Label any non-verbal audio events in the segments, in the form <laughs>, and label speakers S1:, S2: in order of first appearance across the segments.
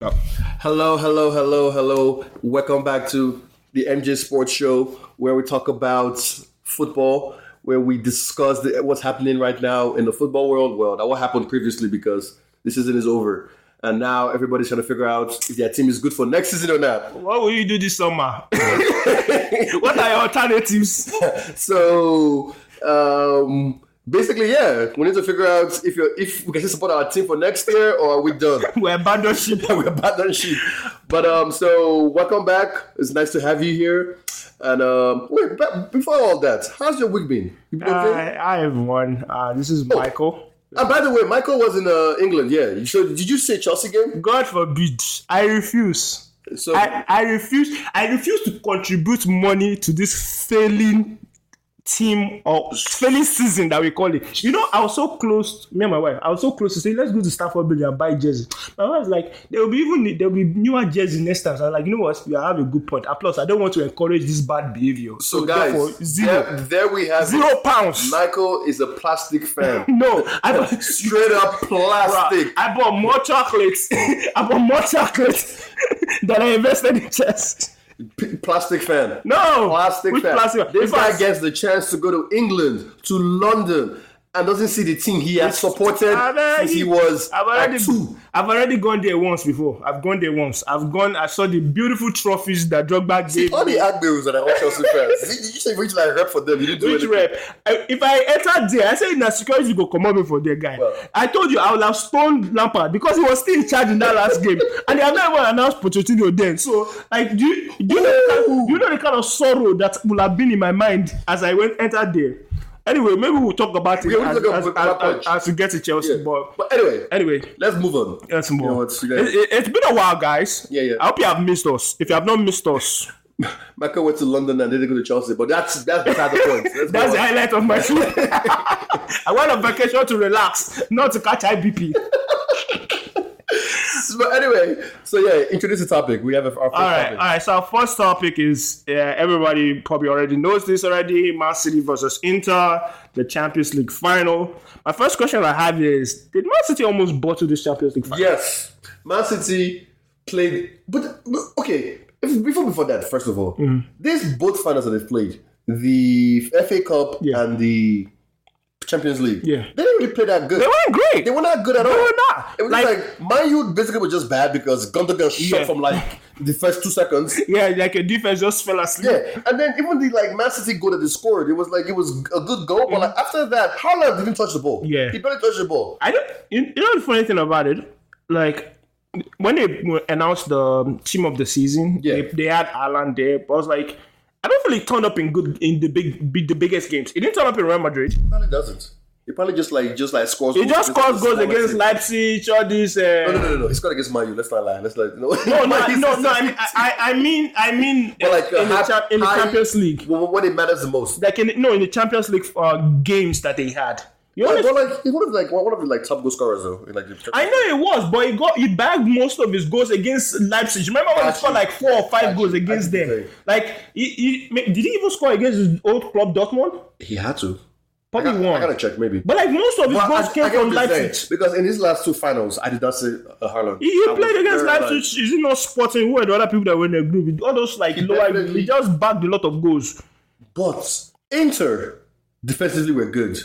S1: Oh. Hello, hello, hello, hello. Welcome back to the MJ Sports Show, where we talk about football, where we discuss the, what's happening right now in the football world. Well, that what happened previously because this season is over. And now everybody's trying to figure out if their team is good for next season or not.
S2: What will you do this summer? <laughs> what are your alternatives? <laughs>
S1: So um, basically, yeah, we need to figure out if you're, if we can still support our team for next year or are we done.
S2: We're abandoned ship.
S1: <laughs> we're bad on shit. But um, so welcome back. It's nice to have you here. And um, wait, but before all that, how's your week been? You been okay?
S2: I, I have one. Uh, this is Michael.
S1: and by the way, Michael was in uh, England. Yeah. So did you say Chelsea game?
S2: God forbid. I refuse.
S1: So
S2: I, I refuse. I refuse to contribute money to this failing team or failing season that we call it. You know, I was so close. Me and my wife, I was so close to say, let's go to Stanford Bridge and buy jersey. My wife's like, there will be even there will be newer jersey next time. So I was like, you know what? You have a good point. And plus, I don't want to encourage this bad behavior.
S1: so, guys,
S2: therefore, zero
S1: There, there we have it.
S2: zero pounds.
S1: Michael is a plastic fan.
S2: <laughs> No, I bought
S1: <laughs>
S2: <laughs>
S1: Straight up plastic.
S2: I bought more chocolates. <laughs> I bought more chocolates <laughs> than I invested in chess.
S1: P- plastic fan.
S2: No,
S1: Plastic
S2: Which
S1: fan.
S2: plastic?
S1: This
S2: If I-
S1: guy gets the chance to go to England, to London, and doesn't see the team he has supported
S2: I've already-
S1: since he was
S2: I've
S1: at
S2: already,
S1: two.
S2: I've already gone there once before. I've gone there once. I've gone. I saw the beautiful trophies that Drogba gave.
S1: All the Agberos that are all Chelsea fans. You should reach like rep for them. You didn't do
S2: Which
S1: anything.
S2: rep? I- If I entered there, I said, "Na security you go comot me for there, guy."
S1: Well-
S2: I told you I would have stoned Lampard because he was still in charge in that
S1: <laughs>
S2: last game, and they have not even announced Pochettino then. So, like, do you, do you, know, the kind, do you know the kind of sorrow that would have been in my mind as I went entered there? Anyway, maybe we'll talk about it
S1: Yeah, we'll
S2: as,
S1: talk about
S2: as,
S1: it
S2: as,
S1: afterwards.
S2: as, as we get to Chelsea.
S1: Yeah.
S2: But
S1: But anyway,
S2: anyway,
S1: let's move on.
S2: That's more.
S1: You know what, you
S2: it,
S1: guys-
S2: it, it's been a while, guys.
S1: Yeah, yeah.
S2: I hope you have missed us. If you have not missed us,
S1: Michael went to London and didn't go to Chelsea, but that's that's beside the point. Let's
S2: that's
S1: move
S2: the
S1: on. <laughs>
S2: highlight of my trip. <laughs> I went on vacation to relax, not to
S1: <laughs>
S2: catch IBP.
S1: But anyway, so yeah, introduce the topic. We have our first
S2: all right,
S1: topic.
S2: all right. So our first topic is uh, everybody probably already knows this already. Man City versus Inter, the Champions League final. My first question I have here is: Did Man City almost bottle this Champions League final?
S1: Yes, Man City played, but, but okay. If, before before that, first of all,
S2: Mm-hmm.
S1: these both finals that they've played, the FA Cup
S2: Yeah.
S1: and the Champions League,
S2: Yeah.
S1: they didn't really play that good.
S2: They weren't great.
S1: They were not good at all.
S2: were not.
S1: It was
S2: Like-
S1: just like Man U basically was just bad because Gunter got shot
S2: Yeah.
S1: from like the first two seconds.
S2: yeah, like a defense just fell asleep.
S1: Yeah, and then even the like Man City goal that they scored, it was like it was a good goal, but like after that, Haaland didn't touch the ball.
S2: Mm. Yeah.
S1: he barely touched the ball.
S2: I don't. You, you know the funny thing about it, like when they announced the um, team of the season,
S1: Yeah.
S2: they, they had Alan there. But I was like, I don't feel he turned up in good in the big, big the biggest games. He didn't turn up in Real Madrid.
S1: He probably doesn't. He probably just like just like scores.
S2: He just scored goals
S1: like,
S2: against Leipzig. All these. Uh,
S1: No, no, no, no. He scored against Man U. Let's not lie. Let's not. No, <laughs>
S2: no, no, no, no, I, mean, I, I I mean, I mean,
S1: But like,
S2: uh, in,
S1: uh,
S2: the, cha- in the
S1: high-
S2: Champions League,
S1: Well, <laughs> what it matters the most.
S2: like in no, in the Champions League uh, games that they had. You
S1: But,
S2: understand?
S1: but like, he would have like one of the like top goal scorers though. In, like, the
S2: I know it was, but he got he bagged most of his goals against Leipzig. Remember when he
S1: Actually,
S2: scored like four or five
S1: actually,
S2: goals against
S1: actually,
S2: them?
S1: sorry.
S2: Like he, he ma- did he even score against his old club Dortmund?
S1: he had to. I,
S2: Probably
S1: got, I
S2: won.
S1: gotta check maybe.
S2: But like most of his
S1: Well,
S2: goals
S1: I-
S2: came
S1: I get
S2: from
S1: what you're
S2: Leipzig.
S1: saying, because in his last two finals, I did not say uh, Haaland.
S2: He, he
S1: I was
S2: played against
S1: very
S2: Leipzig.
S1: bad.
S2: Is it not Sporting? Who are the other people that were in the group? All those like lower,
S1: definitely-
S2: he just bagged a lot of goals.
S1: But Inter defensively were good.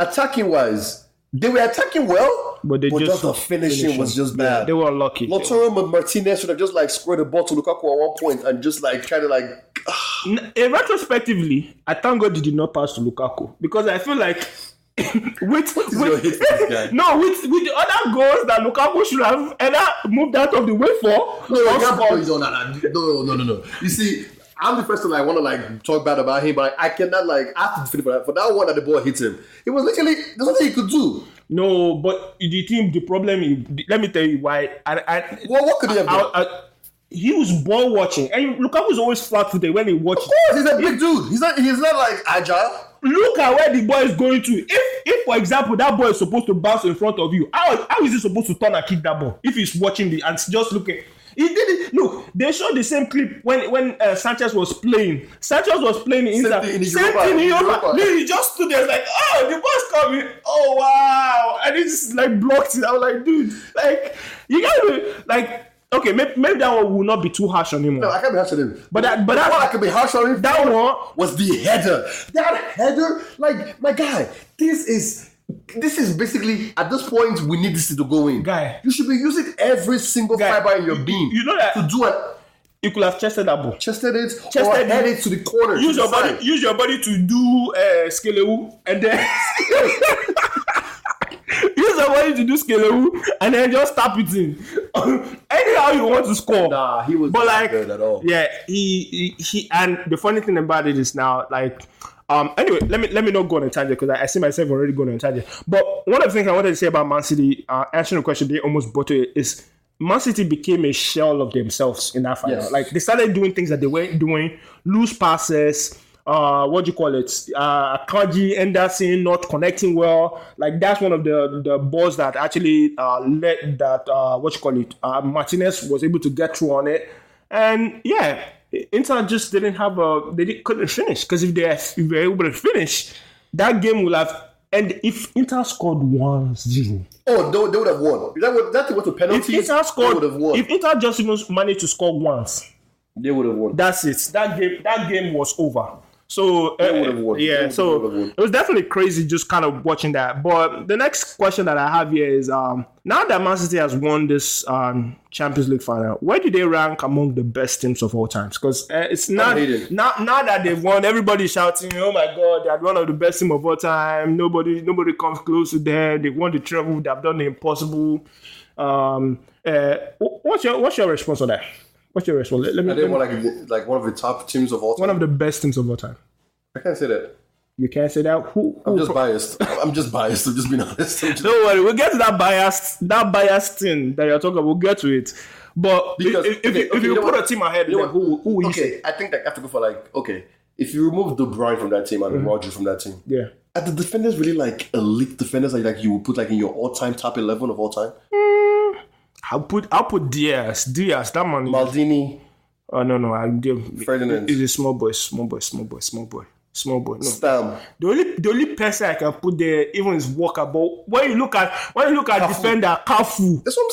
S1: Attacking wise, they were attacking well,
S2: But they just-
S1: the finishing was just bad.
S2: They were lucky.
S1: Lautaro Ma- Martinez should have just like squared the ball to Lukaku at one point and just like kind of like
S2: N- eh, retrospectively, I thank God he did not pass to Lukaku because I feel like <laughs> with,
S1: your
S2: with
S1: hate for this guy?
S2: <laughs> no with with the other goals that Lukaku should have either moved out of the way for
S1: no,
S2: or
S1: no, that
S2: scored.
S1: boy is on and I- no, no, no, no, no. You see, I'm the person I want to like talk bad about him, but I cannot like after the finish for that for that one that the ball hit him. It was literally there's nothing he could do.
S2: no, but the team, the problem. is- Let me tell you why. I, I,
S1: Well, what could he have done?
S2: I, I he was ball watching, and Lukaku was always flat-footed when he watched.
S1: Of course, he's a big dude. He's not. He's not like agile.
S2: Look at where the ball is going to. If, if for example, that ball is supposed to bounce in front of you, how, how is he supposed to turn and kick that ball if he's watching the and just looking? He did it. Look, they showed the same clip when when uh, Sanchez was playing. Sanchez was playing in Inter.
S1: thing in the
S2: same
S1: Europa-
S2: thing in Europa.
S1: Europa.
S2: Then he just stood there like, oh, the ball's coming. Oh wow! And he just like blocked it. I was like, dude, like you gotta be- like Okay, maybe, maybe that one will not be too harsh on him.
S1: No, I can't be harsh on him.
S2: But that- but that-
S1: what I could be harsh on him.
S2: that
S1: for
S2: one-
S1: was the header. That header, like my guy, this is this is basically at this point we need this to go in.
S2: Guy.
S1: you should be using every single
S2: Guy,
S1: fiber in your being.
S2: you know that-
S1: to do it,
S2: You could have chested that ball.
S1: chested it, chested or
S2: Chested
S1: head
S2: it.
S1: it to the corner. to
S2: Use
S1: the
S2: your body.
S1: side.
S2: Use your body to do uh, skelewu and then <laughs> use your body to do skelewu and then just tap it in. <laughs> Anyhow you want to score.
S1: Nah, he was
S2: but
S1: not
S2: like
S1: good at all.
S2: yeah he, he he and the funny thing about it is now like um anyway let me let me not go on a tangent because I, I see myself already going on a tangent but one of the things i wanted to say about man city uh answering the question they almost bottled it is man city became a shell of themselves in that final
S1: Yes.
S2: like they started doing things that they weren't doing loose passes uh, what do you call it? Uh, Kaji Anderson not connecting well. Like that's one of the the balls that actually uh, led that uh, what you call it? Uh, Martinez was able to get through on it, and yeah, Inter just didn't have a they didn't, couldn't finish because if they if they were able to finish, that game would have. And if Inter scored 1-0,
S1: Oh, they, they would have won. If that would that went to
S2: if
S1: penalties.
S2: Inter
S1: they
S2: scored,
S1: would have won.
S2: if Inter just even managed to score once,
S1: they would have won.
S2: that's it. That game, that game was over. So
S1: They
S2: uh,
S1: would've won. They
S2: yeah,
S1: would've- they
S2: so
S1: would've won.
S2: it was definitely crazy just kind of watching that. But the next question that I have here is: um, Now that Man City has won this um, Champions League final, where do they rank among the best teams of all times? Because uh, it's not
S1: Unbeaten.
S2: now now that they've won, everybody's shouting, "Oh my God, they're one of the best team of all time." Nobody nobody comes close to them. They won the treble. They've done the impossible. Um, uh, wh- what's your what's your response on that? What's your response? Let, let me.
S1: And
S2: let
S1: they
S2: me-
S1: were like like one of the top teams of all time.
S2: one of the best teams of all time.
S1: I can't say that.
S2: You can't say that. Who? who
S1: I'm just biased. <laughs> I'm just biased. I'm just being honest. I'm just-
S2: don't worry, we'll get to that biased that biased thing that you're talking about. We'll get to it. But
S1: Because-
S2: if, if,
S1: okay,
S2: if
S1: okay,
S2: you
S1: you know
S2: put
S1: what?
S2: a team ahead,
S1: You know
S2: then who, who will you say?
S1: okay, I think like, I have to go for like okay. If you remove De Bruyne from that team
S2: Mm-hmm.
S1: and Rodri from that team,
S2: Yeah.
S1: are the defenders really like elite defenders? Like, like you would put like in your all-time top eleven of all time?
S2: I'll put I'll put Diaz. Diaz, that man. is-
S1: Maldini,
S2: Oh no no, I
S1: Ferdinand.
S2: He's a small boy, small boy, small boy, small boy. Small boy. No.
S1: Stam,
S2: The only the only person I can put there even is Walker. But when you look at when you look at defender Kafu,
S1: that's what I'm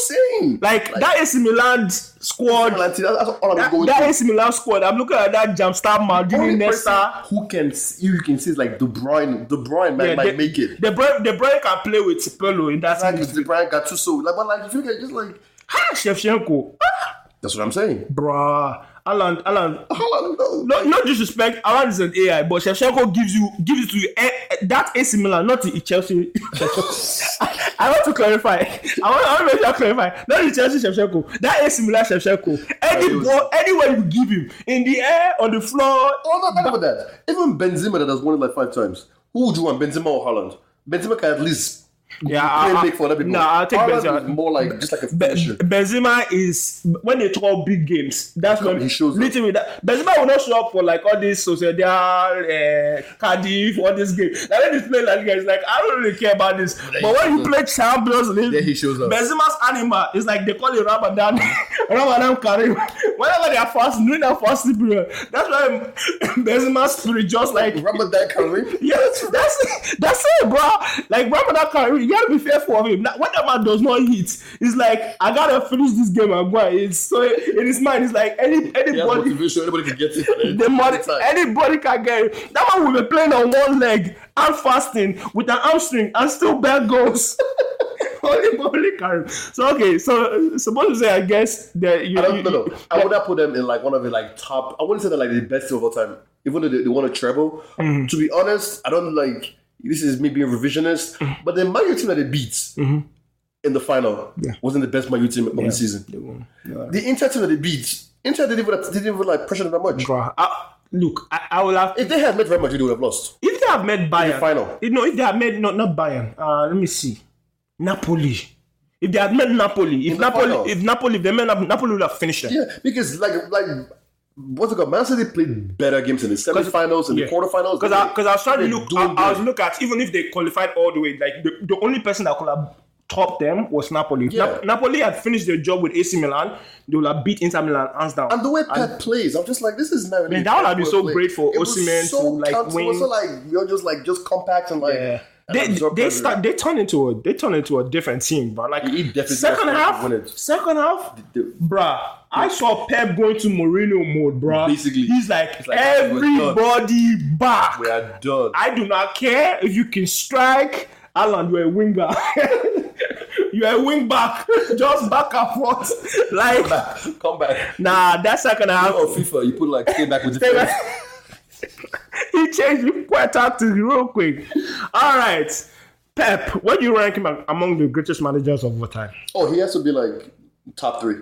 S1: saying.
S2: like, that is Milan squad.
S1: Like, that's all I'm
S2: That,
S1: going.
S2: that
S1: through.
S2: AC Milan squad. I'm looking at that jumpstart Maldini
S1: Only
S2: Nesta.
S1: person who can see, you can see is like De Bruyne. De Bruyne might,
S2: Yeah,
S1: might
S2: the-
S1: make it.
S2: The brain, the brain can play with Pelo in that
S1: Like
S2: side.
S1: De Bruyne Gattuso. Like, but like if you look at it, just like
S2: Ah, Shevchenko,
S1: that's what I'm saying.
S2: bruh. Alan, Alan.
S1: How no,
S2: No, no disrespect. Alan is an AI, but Shevchenko gives you gives it to you eh, eh, that AC Milan, not the Chelsea. <laughs>
S1: <laughs>
S2: I, I want to clarify. I want, I want to make sure I clarify. Not the Chelsea Shevchenko. That AC Milan Shevchenko. Any
S1: it was-
S2: ball, anywhere you give him, in the air, on the floor.
S1: Oh, no, about that. Even Benzema that has won it like five times. Who would you want, Benzema or Haaland? Benzema can at least
S2: Yeah,
S1: play
S2: I- I-
S1: big for other people.
S2: Nah, I'll take
S1: Haaland
S2: Benzema.
S1: is more like just like a
S2: Be-
S1: finisher.
S2: Benzema is when they throw big games. That's when
S1: He shows up.
S2: literally that Benzema will not show up for like all this Sociedad, uh, Cardiff, all this game. Like when he's playing like it's like I don't really care about this. But when you play Champions League,
S1: Then he shows up.
S2: Benzema's animal is like they call it Ramadan, <laughs> Ramadan Karim. <laughs> Whenever they are fasting, during that fasting period, that's why <laughs> Benzema's spirit just like
S1: Remember that,
S2: <laughs>
S1: Karim?
S2: Yes, that's it. That's it, bro. Like Ramadan Kareem, you gotta be fearful of him. Like, when that man does not hit, it's like I gotta finish this game and go. It's so in his mind, it's like any anybody,
S1: motivation. Anybody can get it.
S2: the money, anybody can get it. That man will be playing on one leg and fasting with an hamstring and still bad goals. Only Bobby Kareem. So okay, so supposed to say I guess that you.
S1: I
S2: you-
S1: don't know.
S2: you-
S1: I would have put them in like one of the like top. I wouldn't say they're like the best team of all time, even though they, they won a treble.
S2: Mm-hmm.
S1: To be honest, I don't like. This is maybe a revisionist,
S2: Mm-hmm.
S1: but the Man U team that they beat in the final wasn't the best Man U team of the season.
S2: They won. Yeah.
S1: The Inter team that they beat, Inter didn't even, didn't even like pressure them that much.
S2: Bro, I- look, I, I will have
S1: If they had met Real Madrid, they would have lost.
S2: If they have met Bayern,
S1: final.
S2: You know, if they have met no, not Bayern. Uh, let me see, Napoli. If they had met Napoli, if
S1: the
S2: Napoli,
S1: final.
S2: if Napoli, if they met Nap- Napoli, would have finished them.
S1: Yeah, because like like what's it called? Man City played better games in the semifinals and
S2: yeah.
S1: the quarterfinals.
S2: Because I, because I was trying to
S1: They're
S2: look, I,
S1: doing
S2: I was
S1: good.
S2: look at even if they qualified all the way, like the, the only person that could have topped them was Napoli. Nap-
S1: Yeah.
S2: Napoli had finished their job with AC Milan. They would have beat Inter Milan hands down.
S1: and the way Pep plays, I'm just like, this is not. Really
S2: Man, that would have been
S1: Pep
S2: so
S1: play.
S2: great for
S1: It was
S2: Osimhen to, like,
S1: counter- It was
S2: win.
S1: so like you're just like just compact and like
S2: Yeah. they
S1: absorb
S2: they
S1: everything.
S2: start they turn into a they turn into a different team, bro. Like
S1: He definitely
S2: second
S1: has
S2: half,
S1: won it.
S2: second half,
S1: the-
S2: bruh. I saw Pep going to Mourinho mode, bruh.
S1: Basically.
S2: he's like,
S1: like, we're done.
S2: everybody back.
S1: We are done.
S2: I do not care if you can strike. Alan, you're a wing <laughs> back. you're a wing back. <laughs> Just back and forth. Like,
S1: <laughs> Come back. <laughs> Oh,
S2: nah, that second half.
S1: Or FIFA, you put like stay back with the defense.
S2: <laughs> he changed the point tactics real quick. All right. Pep, where do you rank him among the greatest managers of all time?
S1: Oh, he has to be like top three.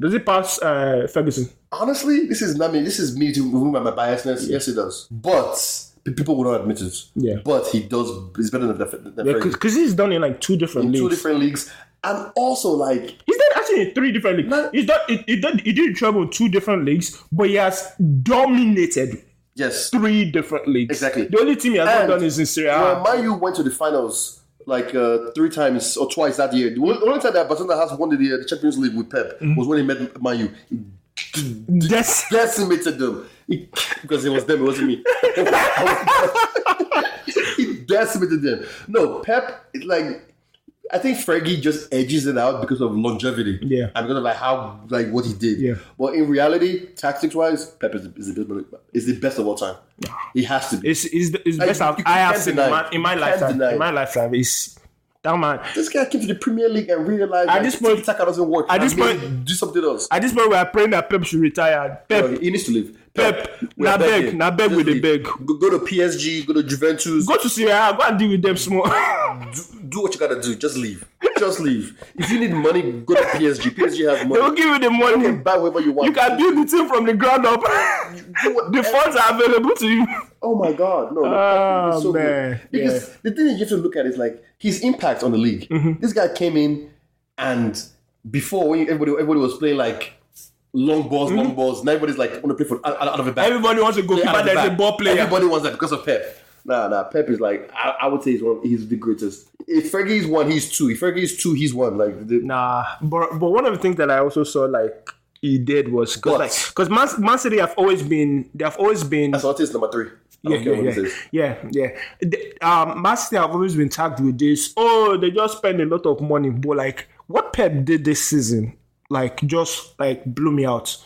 S2: Does he pass uh, Ferguson?
S1: Honestly, this is not me. This is me to remove my biasness. Yes, he does. But p- people will not admit it.
S2: Yeah.
S1: But he does. He's better than the, than Fergie.
S2: Because he's done in like two different
S1: Two
S2: leagues.
S1: different leagues, and also like
S2: he's done actually in three different leagues.
S1: No.
S2: He's done, he, he, did, he did trouble in two different leagues, but he has dominated
S1: yes,
S2: three different leagues.
S1: Exactly.
S2: The only team he has not
S1: And
S2: done is in Serie A.
S1: Well, Man U went to the finals like uh, three times or twice that year. The only the only time that Barcelona has won the, uh, the Champions League with Pep
S2: Mm-hmm.
S1: was when he met Man U. He
S2: Yes.
S1: decimated them He- because it was them, it wasn't me. he decimated them. No, Pep, it's like. I think Fergie just edges it out because of longevity,
S2: Yeah.
S1: and because of like how like what he did.
S2: Yeah.
S1: But in reality, tactics wise, Pep is, is the best. Is the best of all time. He has to be.
S2: It's, it's the it's the
S1: Like,
S2: best
S1: you-
S2: I've,
S1: you
S2: I have
S1: can't
S2: seen in
S1: deny
S2: my,
S1: it.
S2: in my
S1: You can't
S2: lifetime.
S1: deny
S2: In
S1: it.
S2: my lifetime, is that man.
S1: This guy came to the Premier League and realized at
S2: this
S1: this
S2: point-
S1: point Saka doesn't work.
S2: at this
S1: I mean,
S2: point-
S1: do something else.
S2: At this point, we are praying that Pep should retire. Pep,
S1: No, he needs to leave.
S2: Pep,
S1: we are
S2: na beg,
S1: begging.
S2: na beg
S1: Just
S2: with the
S1: leave.
S2: beg.
S1: Go, go to PSG. Go to Juventus.
S2: go to Syria. Go and deal with them small. <laughs> they
S1: Do, do what you gotta do. Just leave. Just leave. If you need money, go to PSG. PSG has
S2: will
S1: money.
S2: give you the money.
S1: You can buy whatever you want.
S2: you can build the team from the ground up. <laughs>
S1: Do what-
S2: the funds are available to you.
S1: Oh my God! No, no
S2: Oh,
S1: it's so good.
S2: man.
S1: Because the thing you have to look at is like his impact on the league.
S2: Mm-hmm.
S1: This guy came in, and before when everybody everybody was playing like long balls, long balls. Now everybody's like want to play for out, out of the back.
S2: Mm-hmm. Everybody wants a goalkeeper
S1: out of the
S2: that is a
S1: back.
S2: ball player.
S1: Everybody wants that because of Pep. Nah, nah. Pep is like I, I would say he's one. He's the greatest. If Fergie is one, he's two. If Fergie is two, he's one. Like the,
S2: Nah, but but one of the things that I also saw like he did was because
S1: But-
S2: like because Man, Man City have always been they have always been
S1: so I'll say it's number three. I don't
S2: yeah
S1: care
S2: yeah
S1: what
S2: yeah,
S1: it is.
S2: yeah yeah The- um Man City have always been tagged with this oh they just spend a lot of money but like what Pep did this season like just like blew me out.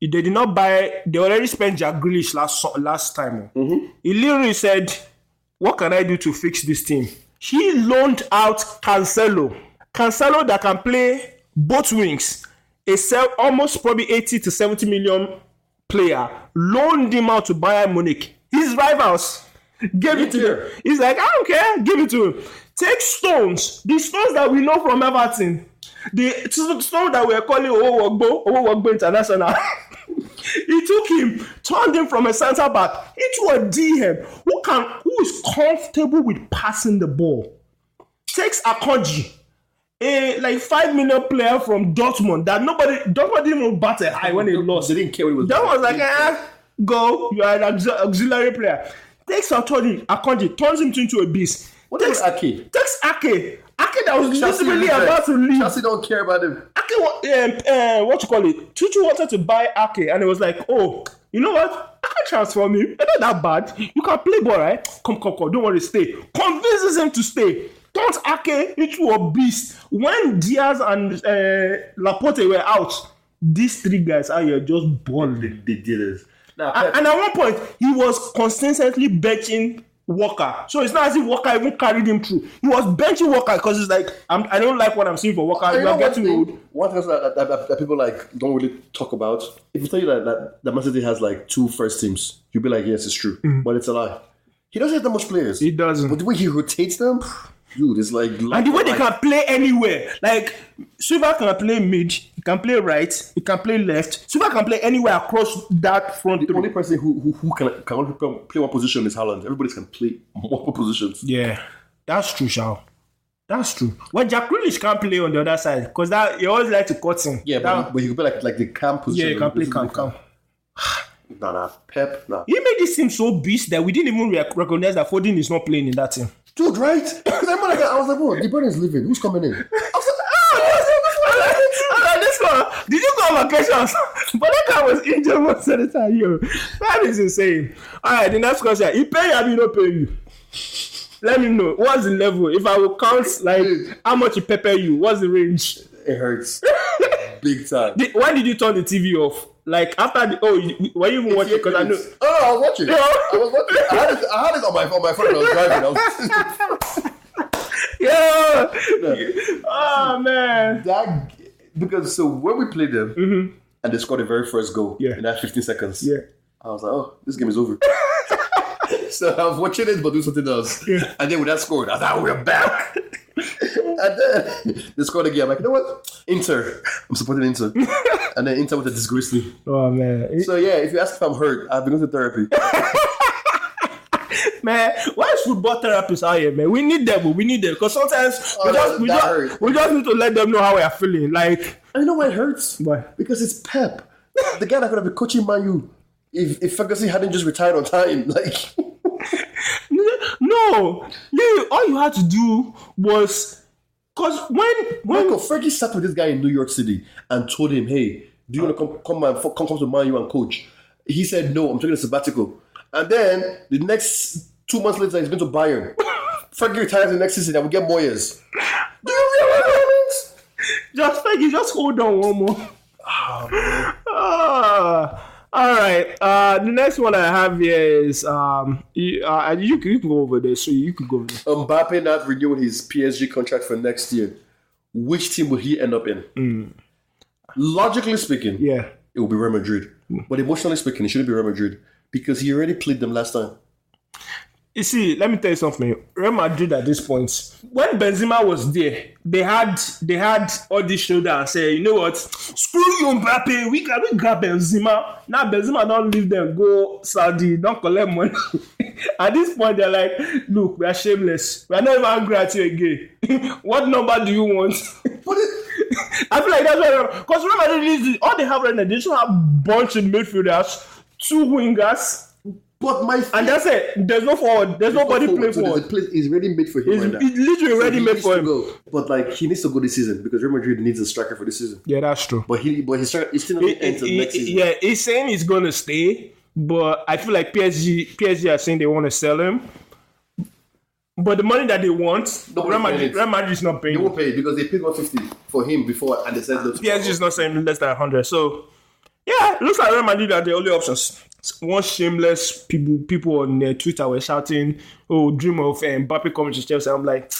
S2: They did not buy. They already spent Jack Grealish last so- last time.
S1: Mm-hmm.
S2: He literally said, "What can I do to fix this team?" He loaned out Cancelo, Cancelo that can play both wings, a sell almost probably eighty to seventy million player. Loaned him out to Bayern Munich, his rivals. Gave it to
S1: Yeah.
S2: him. He's like, I don't care. Give it to him. Take stones, the stones that we know from Everton, the st- stone that we're calling Owogbo, Owogbo International. <laughs> he took him, turned him from a centre back into a DM who can, who is comfortable with passing the ball. Takes Akonji, a like five million player from Dortmund that nobody, Dortmund didn't even bat an eye when they lost.
S1: They didn't care what it was.
S2: That was
S1: They
S2: like,
S1: didn't care.
S2: eh, go. You are an aux- auxiliary player. Takes Anthony Akonji, turns him into a beast.
S1: What
S2: takes,
S1: about Ake?
S2: takes Ake. Ake that was
S1: Chelsea
S2: literally
S1: leave,
S2: about
S1: right?
S2: to leave.
S1: Chelsea don't care about him.
S2: Ake, wa- um, uh, what you call it? Tutu wanted to buy Ake, and it was like, oh, you know what? I can transform him. You're not that bad. You can play ball, right? Come, come, come. Don't worry, stay. Convinces him to stay. Turns Ake into a beast. When Diaz and uh, Laporte were out, these three guys are here just balling.
S1: They did this. Now
S2: And, and at one point, he was consistently benching Walker. So it's not as if Walker even carried him through. He was benching Walker because it's like, I'm, I don't like what I'm seeing for Walker.
S1: You
S2: I'm
S1: know one
S2: getting old.
S1: thing, one thing that, that, that, that people like don't really talk about. If you tell you that that, that Man City has like two first teams, you'll be like, yes, it's true, but it's a lie. He doesn't have that much players.
S2: Mm-hmm. He doesn't.
S1: But the way he rotates them, dude, it's like
S2: And the way they can play anywhere, like Silva can play mid, he can play right, he can play left. Silva can play anywhere across that front
S1: The only
S2: three.
S1: person who who, who can can only play- play one position is Haaland. Everybody can play <laughs> multiple positions.
S2: Yeah, that's true, Shao. That's true. Well, Jack Grealish can't play on the other side because that he always like to cut him.
S1: Yeah,
S2: That-
S1: but, but he can play like like the camp
S2: yeah,
S1: position.
S2: he can play calm, calm.
S1: Nah, nah, Pep,
S2: <laughs>
S1: nah.
S2: He made this team so beast that we didn't even rec- recognize that Foden is not playing in that team.
S1: Dude, right? <laughs> Because I remember like, I was like, what? The brother is leaving. Who's coming in?
S2: Ah, this one, did you go on vacation? But that guy was injured most of the time. Yo, that is insane. All right, the next question: He pay you, I mean, not pay you. Let me know what's the level. If I will count like how much it pepper you, what's the range?
S1: It
S2: <laughs>
S1: hurts. Big time.
S2: Did, why did you turn the TV off? Like after the oh, you, were you even watching? Because I know.
S1: Oh, no, I was
S2: <laughs>
S1: watching.
S2: Yeah.
S1: I was watching. I had it, I had it on my on my phone. when I was driving. I was, <laughs>
S2: <laughs> Yeah. <laughs> Oh man.
S1: that because so when we played them and they scored the very first goal
S2: Mm-hmm. Yeah.
S1: in that 15 seconds.
S2: Yeah.
S1: I was like, oh, this game is over. <laughs> so I was watching it, but do something else.
S2: Yeah.
S1: And then when that scored, I was like, "Ah, we're
S2: <laughs>
S1: back. and then they scored again. I'm like, you know what? Inter. I'm supporting
S2: <laughs>
S1: Inter. and then Inter wanted to disgrace me.
S2: Oh man.
S1: So yeah, if you ask if I'm hurt, I've been going to therapy.
S2: man, why is football therapists out here, man? We need them, oh, we need them because sometimes
S1: Oh,
S2: we just we
S1: that
S2: just,
S1: hurt.
S2: we just need to let them know how we are feeling. Like,
S1: And you know why it hurts?
S2: Why?
S1: Because it's Pep. the guy that could have been coaching Manu if, if Ferguson hadn't just retired on time. <laughs> Like,
S2: no, you all you had to do was because when when
S1: Michael Fergie sat with this guy in New York City and told him, hey, do you want to come come, and, come, come to Manu and coach? He said, no, I'm taking a sabbatical. And then the next two months later, he's going to Bayern. <laughs> Fergie retires the next season and we get Moyes. Do you realize what that means?
S2: just like you just hold on one more. <laughs> Ah, all right. Uh, the next one I have here is um, you, uh, you, can- you can go over there. So you can go over there.
S1: Mbappe not renewing his PSG contract for next year, which team will he end up in? Logically speaking,
S2: Yeah.
S1: it will be Real Madrid. But emotionally speaking, it shouldn't be Real Madrid because he already played them last time.
S2: You see, let me tell you something. Real Madrid at this point, when Benzema was there, they had they had all this shoulder and say, you know what, screw you Mbappe, we can we grab Benzema. Now Benzema don't leave them, go Saudi, don't collect money. <laughs> at this point, they're like, look, we are shameless. We are not even angry at you again. <laughs> what number do you want? <laughs> I feel like that's why because Real Madrid needs all they have right now. They just have bunch of midfielders, two wingers.
S1: But my
S2: And that's it. There's no forward. There's nobody playing
S1: the
S2: forward.
S1: place is ready made for him
S2: It's,
S1: right now.
S2: it's literally ready
S1: He
S2: made
S1: needs
S2: for
S1: to
S2: him.
S1: go. But like he needs to go this season because Real Madrid needs a striker for this season.
S2: Yeah, that's true.
S1: But he but he's, stri- he's still not the end of next season.
S2: yeah, he's saying he's gonna stay, but I feel like PSG PSG are saying they want to sell him. But the money that they want,
S1: Nobody
S2: Real Madrid,
S1: pays.
S2: Real Madrid is not
S1: They
S2: paying.
S1: won't pay because they paid 150 for him before and they said no to
S2: PSG is not saying less than 100. So, yeah, it looks like Real Madrid are the only options. One shameless people people on uh, Twitter were shouting, "Oh, dream of uh, Mbappe coming to Chelsea." I'm like,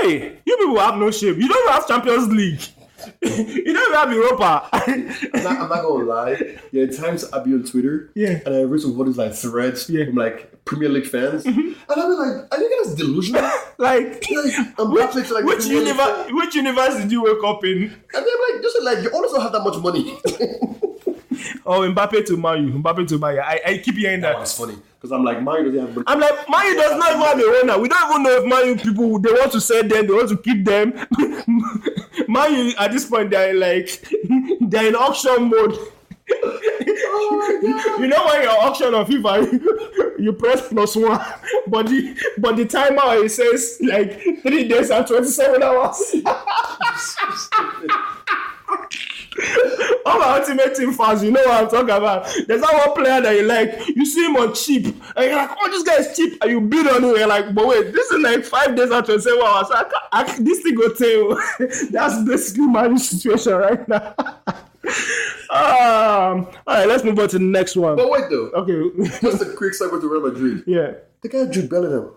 S2: hey, you people have no shame. You don't even have Champions League. <laughs> you don't even have Europa. <laughs>
S1: I'm not, I'm not gonna lie. There are times I'll be on Twitter
S2: Yeah.
S1: and I read some of these like threads
S2: Yeah. Mm-hmm.
S1: from like Premier League fans. And I'll be like, are you guys
S2: <laughs>
S1: delusional? like,
S2: like,
S1: I'm
S2: which,
S1: back to, like,
S2: which,
S1: Premier League fan.
S2: universe, which universe did you wake up in?
S1: And they're like, just like, you always don't have that much money. <laughs>
S2: Oh, Mbappe to Mayu, Mbappe to Mayu. I, I keep hearing that.
S1: That's funny. Because I'm like, Mario doesn't have money. <laughs>
S2: I'm like, Mayu does not even have a owner. We don't even know if Mayu people they want to sell them, they want to keep them. <laughs> Mayu at this point they're like <laughs> they're in auction mode.
S1: Oh
S2: you know when you're auction on FIFA, <laughs> you press plus one, <laughs> but the but the timer it says like three days and twenty seven hours. All my ultimate team fans, you know what I'm talking about. There's that one player that you like, you see him on cheap, and you're like, oh, this guy is cheap, and you bid on him, you're like, but wait, this is like five days and 27 hours. I can't, I can't, this thing will tell you. <laughs> That's basically my situation right now. <laughs> um, all right, let's move on to the next one.
S1: But wait though,
S2: Okay, <laughs>
S1: just a quick segue to Real Madrid.
S2: yeah.
S1: The guy Jude Bellingham.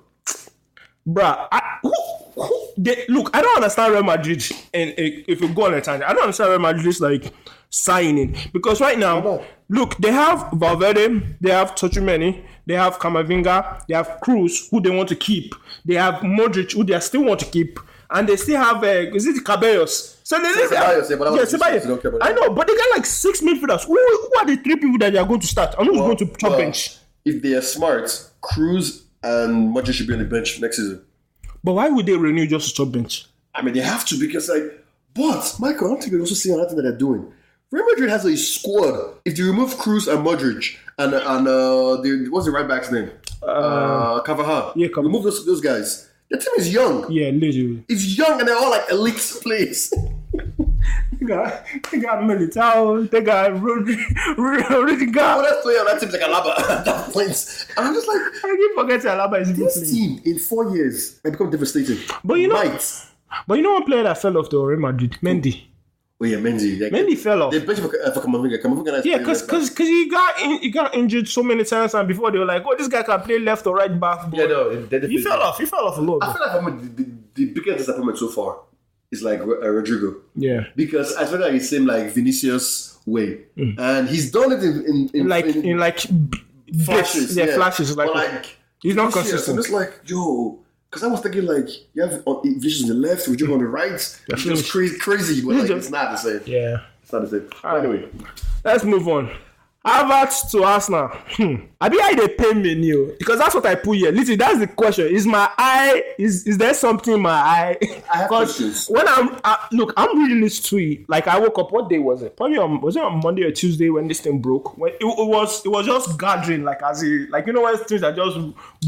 S2: Bruh, I, who, who, they, look, I don't understand Real Madrid, and eh, if you go on a tangent, I don't understand Real Madrid's like signing because right now,
S1: on.
S2: look, they have Valverde, they have Tochumeni, they have Kamavinga, they have Cruz, who they want to keep, they have Modric, who they still want to keep, and they still have uh, is it Cabellos? So they need
S1: Ceballos, yeah, but that
S2: yeah,
S1: was-
S2: Ceballos.
S1: you don't care about
S2: I know, but they got like six midfielders. Who, who are the three people that they are going to start? I'm not going to top
S1: Well,
S2: bench.
S1: If they are smart, Cruz and Modric should be on the bench next season.
S2: But why would they renew just to top bench?
S1: I mean, they have to because like, but Michael, I don't think we also see another thing that they're doing. Real Madrid has a squad. If you remove Cruz and Modric and and uh, the, what's the right back's name? Uh, Cavajal.
S2: yeah, Cavajal.
S1: Remove those those guys. The team is young.
S2: Yeah, literally.
S1: It's young and they're all like elite players.
S2: They got, they got Militao. They got Rodri, Rodrigo.
S1: When <laughs> I saw you on that team, it's like Alaba <laughs> at that point. And I'm just like,
S2: I keep forgetting Alaba is even
S1: this
S2: playing.
S1: team in four years might become devastating.
S2: But you know-
S1: might.
S2: But you know one player that fell off to Real Madrid? Mendy.
S1: Oh yeah, Mendy. Like,
S2: Mendy fell off.
S1: They benched him for, uh, for Kamavinga. Kamavinga. is
S2: Yeah,
S1: playing
S2: cause,
S1: left back.
S2: cause, cause he got in, he got injured so many times, and before they were like, "Oh, this guy can play left or right back." But
S1: yeah, no, they- they-
S2: he fell off. He fell off a little
S1: I
S2: bit.
S1: feel like I'm, the, the, the biggest disappointment so far is like uh, Rodrigo.
S2: Yeah,
S1: because I feel like it's him like Vinicius way, and he's done it in, in, in
S2: like
S1: in
S2: Hmm. in like b-
S1: flashes,
S2: bits, yeah, flashes. Like,
S1: But, like
S2: he's not
S1: Vinicius, I'm
S2: consistent.
S1: just like yo, because I was thinking like you have on, Vinicius on the left, Rodrigo on the right. It's just crazy, crazy, but like
S2: just-
S1: it's not the same.
S2: Yeah.
S1: It's not the same. anyway,
S2: Let's move on. Havertz to Arsenal. Hmm. I be eye dey pain me new because that's what I put here. Listen, that's the question. Is my eye is is there something in my eye?
S1: I have
S2: 'Cause
S1: questions.
S2: When I'm I, look, I'm reading this tweet. Like I woke up. What day was it? Probably on was it on Monday or Tuesday when this thing broke? When it, it was it was just gathering like as a like you know when things are just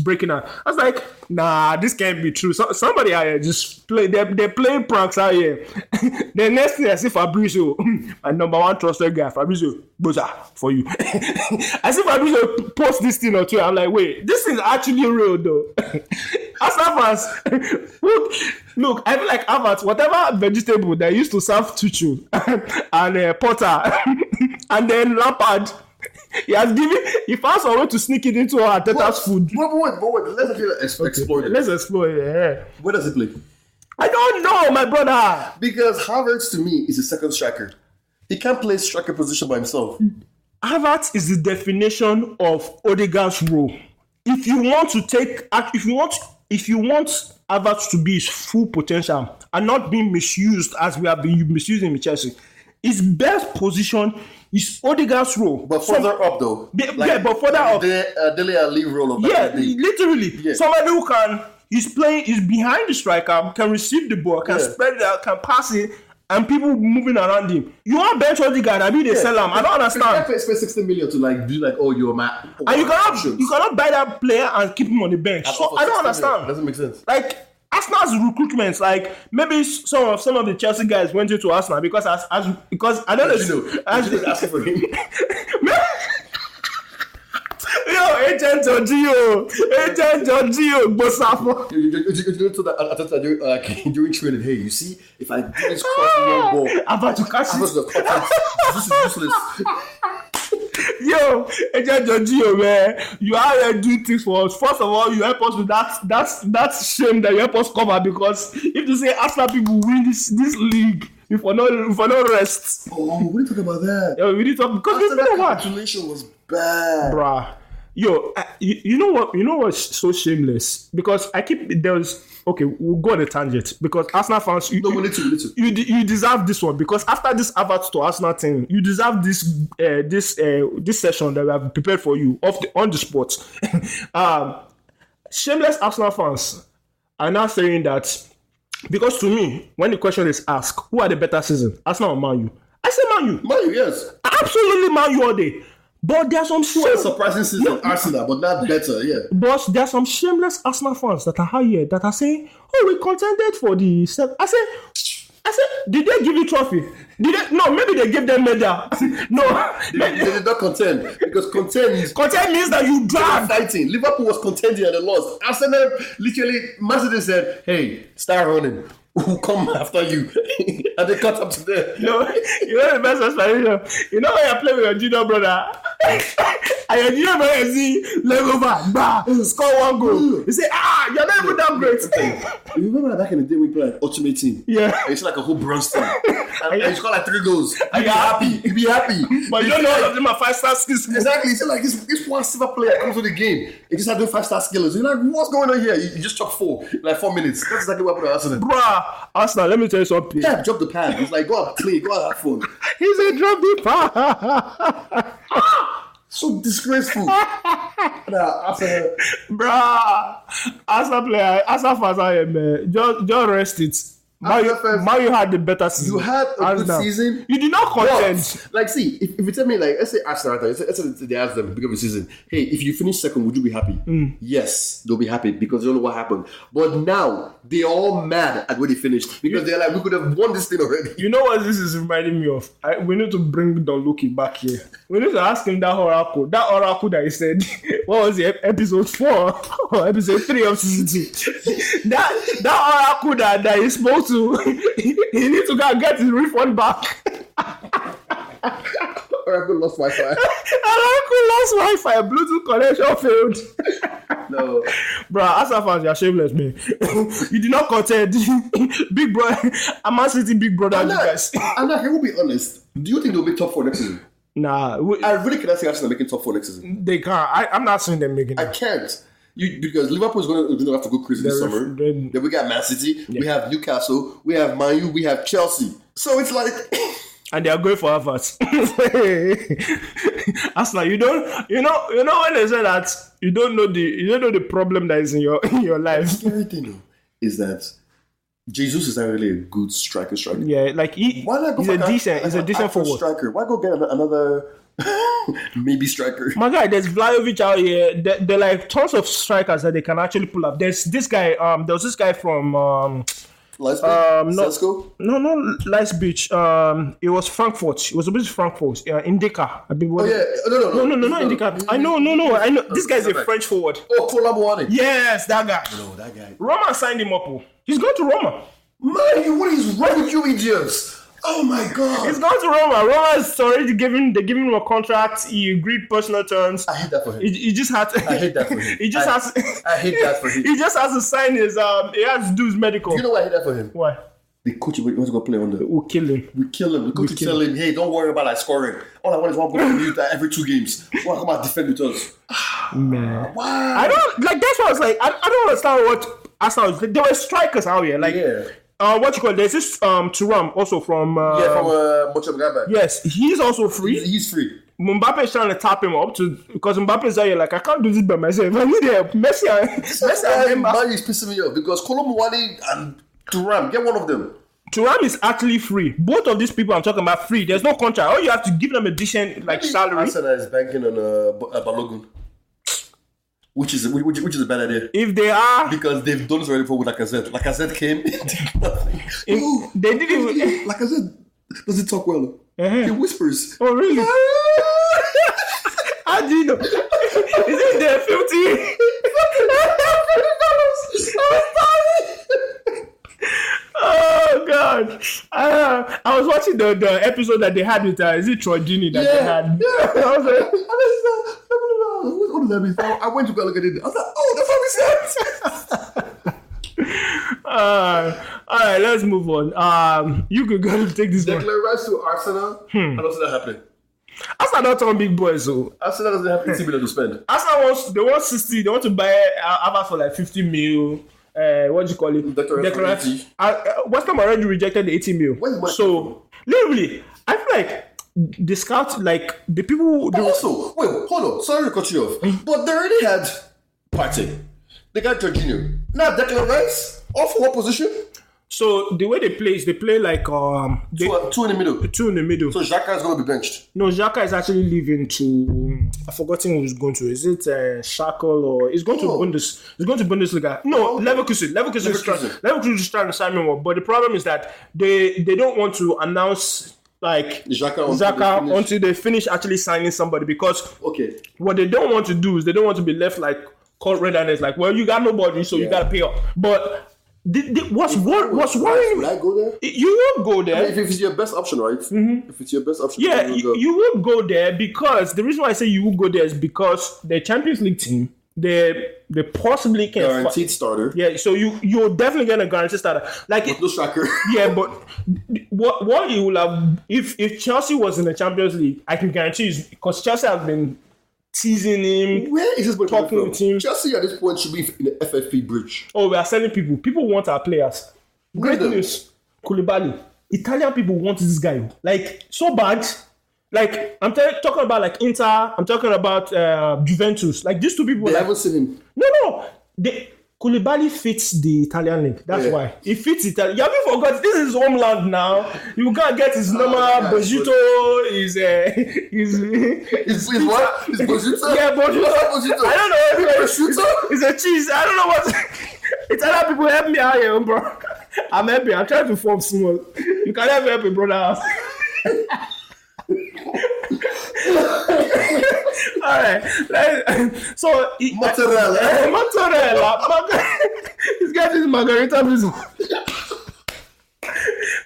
S2: breaking out. I was like, nah, this can't be true. So, somebody out here just play. They're, they're playing pranks out here. <laughs> the next thing I see Fabrizio, <laughs> my number one trusted guy, Fabrizio Boza for you. <laughs> I see Fabrizio post this thing or two. I'm like, wait, this is actually real though. <laughs> Arsenal fans, look, look, I feel like Havertz, whatever vegetable they used to serve Tuchel <laughs> and uh, Potter <laughs> and then Lampard, <laughs> he has given, he found some way to sneak it into Arteta's food.
S1: But wait, but wait, let's actually ex- explore it.
S2: Let's explore it. Yeah.
S1: Where does he play?
S2: I don't know, my brother.
S1: Because Havertz to me is a second striker. He can't play striker position by himself.
S2: Havertz is the definition of Odegaard's role. If you want to take, if you want, if you want Havertz to be his full potential and not being misused as we have been misusing him in Chelsea, his best position is Odegaard's role.
S1: But
S2: Some-
S1: further up though.
S2: Yeah, yeah, but further up.
S1: The uh, Dele Alli role of back
S2: yeah,
S1: in the day.
S2: literally,
S1: Yeah.
S2: somebody who can is playing is behind the striker, can receive the ball, can
S1: Yeah.
S2: spread it out, can pass it, and people moving around him. You want bench Odegaard? I mean, they sell him. I don't understand.
S1: I pay, spend 60 million to like be like, oh, you're my.
S2: and you cannot
S1: options.
S2: you cannot buy that player and keep him on the bench. So
S1: For
S2: I
S1: 60
S2: don't
S1: million.
S2: understand.
S1: Doesn't make sense.
S2: Like Arsenal's recruitments, like maybe s- some of some of the Chelsea guys went into Arsenal because as, as because I don't know,
S1: You
S2: <laughs>
S1: know,
S2: as
S1: you know, ask for
S2: <laughs>
S1: him.
S2: yo agent Giorgio, agent Giorgio, Bosafo.
S1: You, you, you, you, you do that. I, I thought you <laughs> like during training. Hey, you see, if I do this cross one ball,
S2: I'm about to catch
S1: I'm
S2: it.
S1: <laughs> supposed to have cut it. This is useless.
S2: <laughs> Yo, Agent Giorgio, man, you are here doing things for us. First of all, you help us with that that that shame that you help us cover because if you say Arsenal people win this this league, if for no for no rest,
S1: Oh, we didn't talk about that.
S2: yo, we need to because
S1: After
S2: it's
S1: that
S2: been a while,
S1: congratulation was bad.
S2: bruh. Yo, I, you, you know what? You know what's so shameless because I keep there was okay. We'll go on a tangent because Arsenal fans. You,
S1: No, we need to. We need to.
S2: you de- you deserve this one because after this advert to Arsenal thing, you deserve this uh, this uh, this session that we have prepared for you off the on the spot. <laughs> um, shameless Arsenal fans are now saying that because to me, when the question is asked, who are the better season, Arsenal or Man U? I say Man U,
S1: Man, U, yes.
S2: absolutely Man U all day. But there are some
S1: Quite
S2: shame,
S1: a surprising season, Arsenal, but not better. Yeah.
S2: but there are some shameless Arsenal fans that are out here that are saying, "Oh, we contended for the." Seven. I say, I say, did they give you trophy? Did they? No, maybe they gave them medal. no, <laughs>
S1: They, they
S2: me-
S1: did not contend because contend is
S2: contend means that you
S1: are
S2: dragged.
S1: fighting. Liverpool was contending and they lost. Arsenal literally, Man City said, "Hey, start running. We'll come after you." <laughs> and they cut up to them.
S2: You know, <laughs> you know the best explanation. You know when you're playing with your junior brother, <laughs> and your junior brother you see leg over, bah, score one
S1: Mm.
S2: goal. You say, ah, you're not even that
S1: <laughs>
S2: great.
S1: You remember back in the day we played like Ultimate Team?
S2: Yeah.
S1: And It's like a whole bronze
S2: <laughs>
S1: team. And, and you score like three goals. You be
S2: you're
S1: happy. You be happy.
S2: but you don't know all of them are five star skills.
S1: Exactly. It's like this, this one silver player comes to the game. He just had to five star skillers. You're like, what's going on here? You, you just chop four, in like four minutes. That's exactly what happened to Arsenal.
S2: Bruh, Arsenal, let me tell you something. <laughs>
S1: Yeah, drop the pad. It's like, go out, play, go out, have fun.
S2: He's a drop
S1: So disgraceful. nah, Arsenal.
S2: Bruh, Arsenal player, Arsenal fans, I am uh, just, just rest it. Mario,
S1: FF.
S2: Mario had the better season.
S1: You had a
S2: hands
S1: good
S2: down.
S1: season.
S2: You did not contend.
S1: But, like, see, if, if you tell me, like, let's say Arsenal, let's say, let's say they ask them at the beginning of the season, hey, if you finish second, would you be happy? Yes, they'll be happy because they don't know what happened. But now they're all mad at where they finished because they're like, we could have won this thing already. <laughs>
S2: You know what this is reminding me of? I, we need to bring Don Lucky back here. We need to ask him that oracle. That oracle that he said, <laughs> what was it, ep- episode 4 <laughs> or episode 3 of season 2? <laughs> that, that oracle that, that he spoke to, <laughs> he, he needs to go and get his refund back. <laughs>
S1: Oracle lost Wi-Fi.
S2: oracle lost Wi Fi, Bluetooth connection failed.
S1: no.
S2: Bro, Arsenal fans, you're shameless, man. <laughs> you did not contend. <laughs> big brother, <laughs> I'm Man City Big Brother,
S1: And
S2: you guys.
S1: I, <laughs> and I will be honest. Do you think they'll be top four next season?
S2: Nah, we,
S1: I really cannot see Arsenal making top four next season.
S2: they can't. I, I'm not seeing them making it.
S1: I can't. You, because Liverpool is going to have to go crazy this
S2: They're-
S1: summer.
S2: they're-
S1: Then we got Man City, we have Newcastle, we have Man U, we have Chelsea. So it's like, <laughs>
S2: and they are going for <laughs> Havertz. Arsenal, you don't, you know, you know when they say that you don't know the, you don't know the problem that is in your <laughs> in your life.
S1: scary thing though is that Jesus is not really a good striker. Striker.
S2: Yeah, like he,
S1: Why not go
S2: he's
S1: for
S2: a
S1: an-
S2: decent, he's a
S1: an
S2: decent
S1: actual
S2: forward.
S1: striker. Why go get an- another <laughs> maybe striker?
S2: My guy, there's Vlahovic out here. There, there are like tons of strikers that they can actually pull up. There's this guy. Um, there was this guy from um,
S1: Leipzig,
S2: no.
S1: Sesko.
S2: no, no, Lice Beach. Um, it was Frankfurt. It was supposed to be Frankfurt. Yeah, Indica. I mean, what?
S1: Oh yeah, no, no,
S2: No,
S1: no,
S2: no, no, not Indica. I know, no, no. I know. This guy's a French forward.
S1: Oh, Colomboani.
S2: Yes, that guy.
S1: No, that guy.
S2: Roma signed him up. oh. He's going to Roma.
S1: Man, you- what is wrong with you idiots? Oh my
S2: He's
S1: god.
S2: going to Roma. Roma is already giving. They giving him a contract. He agreed personal terms.
S1: I hate that for him.
S2: He, he just had. To, I
S1: hate that for him.
S2: <laughs> He just
S1: I-
S2: has.
S1: I hate that for him.
S2: He just has to sign his. Um, he has to do his medical.
S1: You know why I hate that for him?
S2: Why?
S1: The coach he wants to go play on the.
S2: We'll kill him.
S1: We kill him. The coach
S2: kill
S1: tell him, hey, don't worry about like scoring. All I want is one goal from you that every two games. Why come and defend with us?
S2: Man.
S1: Why?
S2: I don't like. That's what I was like. I, I don't understand what Arsenal. is- There were strikers out here. Like,
S1: Yeah.
S2: uh, what you call? There's this um Turam also from. Uh,
S1: Yeah, from uh, Mocha Mgaba.
S2: Yes, he's also free.
S1: He's, he's free.
S2: Mbappe is trying to tap him up to because Mbappe is out here like I can't do this by myself. <laughs> I need help. Messi, and- Messi,
S1: That's
S2: and
S1: why
S2: Mbappe.
S1: Mali is pissing me off because Kolomwani and Turam, get one of them.
S2: Thuram is actually free. Both of these people I'm talking about free. There's no contract. All you have to give them a decent like salary.
S1: Arsenal is banking on uh, B- uh, Balogun, which is which, which is a bad idea.
S2: If they are,
S1: Because they've done this already before with Lacazette. Lacazette came. <laughs> Ooh,
S2: they didn't. even-
S1: Lacazette doesn't talk well. He whispers.
S2: Oh really? <laughs> How do you know? Is it their filthy? Oh god! Uh, I was watching the, the episode that they had with uh, is it Troy Deeney that they
S1: Yeah,
S2: had?
S1: yeah.
S2: <laughs> I was like,
S1: And then he said, "What does that mean?" So I went to go look at it. I was like, "Oh, that's what <laughs> he said."
S2: Uh, all right, let's move on. Um, you could go take this one.
S1: Declan Rice to Arsenal.
S2: Hmm.
S1: And also that happening.
S2: Arsenal not on big boys, oh. so
S1: Arsenal doesn't have 80 million to spend.
S2: Arsenal wants they want sixty. They want to buy uh, Havertz for like fifty mil. Uh, what do you call it?
S1: Declan Rice for
S2: Rice.
S1: 80.
S2: Uh, uh, West Ham already rejected the eighty mil.
S1: Where's West
S2: So literally, I feel like the scouts, like the people, who do
S1: Also, wait, hold on. Sorry to cut you
S2: Hmm.
S1: off. But they already had Partey. They got Jorginho. Now Declan Rice, all for what position?
S2: so the way they play is they play like um they,
S1: Two, two in the middle.
S2: two in the middle.
S1: So Xhaka is going to be benched.
S2: No, Xhaka is actually leaving to. I've forgotten who's going to. Is it uh, Shackle or he's going
S1: Oh.
S2: to Bundes? He's going to Bundesliga. No, Leverkusen. Leverkusen. Is trying,
S1: Leverkusen.
S2: Leverkusen is trying to sign him up, but the problem is that they they don't want to announce like
S1: Xhaka until
S2: Xhaka
S1: they finish.
S2: until they finish actually signing somebody because
S1: Okay.
S2: what they don't want to do is they don't want to be left like caught red-handed. Like, well, you got nobody, so you
S1: Yeah.
S2: gotta pay up. But the, the, what's wor- what's worrying?
S1: Would I go there?
S2: You won't go there.
S1: If it's your best option, right? If it's your best option,
S2: Yeah,
S1: you
S2: you,
S1: go.
S2: you would go there because the reason why I say you would go there is because the Champions League team, they they possibly can. fi-
S1: guaranteed starter.
S2: yeah, so you you're definitely gonna guarantee starter. Like it,
S1: No striker.
S2: yeah, but what what you will have if if Chelsea was in the Champions League, I can guarantee you because Chelsea have been teasing him.
S1: Where is this boy
S2: Talking
S1: coming
S2: with him.
S1: from? Chelsea at this point should be in the FFP bridge.
S2: Oh, we are selling people. People want our players. Great
S1: Really?
S2: news, Koulibaly. Italian people want this guy like so bad. Like I'm tell- talking about like Inter. I'm talking about uh, Juventus. Like these two people.
S1: They
S2: Like,
S1: haven't seen him.
S2: no, no. They, Koulibaly fits the Italian league. That's
S1: Yeah.
S2: why. He fits Italian. You haven't forgot. This is his homeland now. You can't get his normal
S1: Oh, yeah,
S2: Bojito. His, uh, <laughs> his,
S1: Is, is what? Is Bojito?
S2: Yeah, Bojito.
S1: What's Bojito?
S2: I don't know. everywhere. It's-
S1: Prosciutto?
S2: It's a cheese. I don't know <laughs> what. Italian people help me out here, bro. I'm helping. I'm trying to form small. You can never help a brother out. <laughs> All right. Let- <laughs> so he-
S1: Mozzarella.
S2: Eh, <laughs> mozzarella. Marga- <laughs> He's got his margarita business.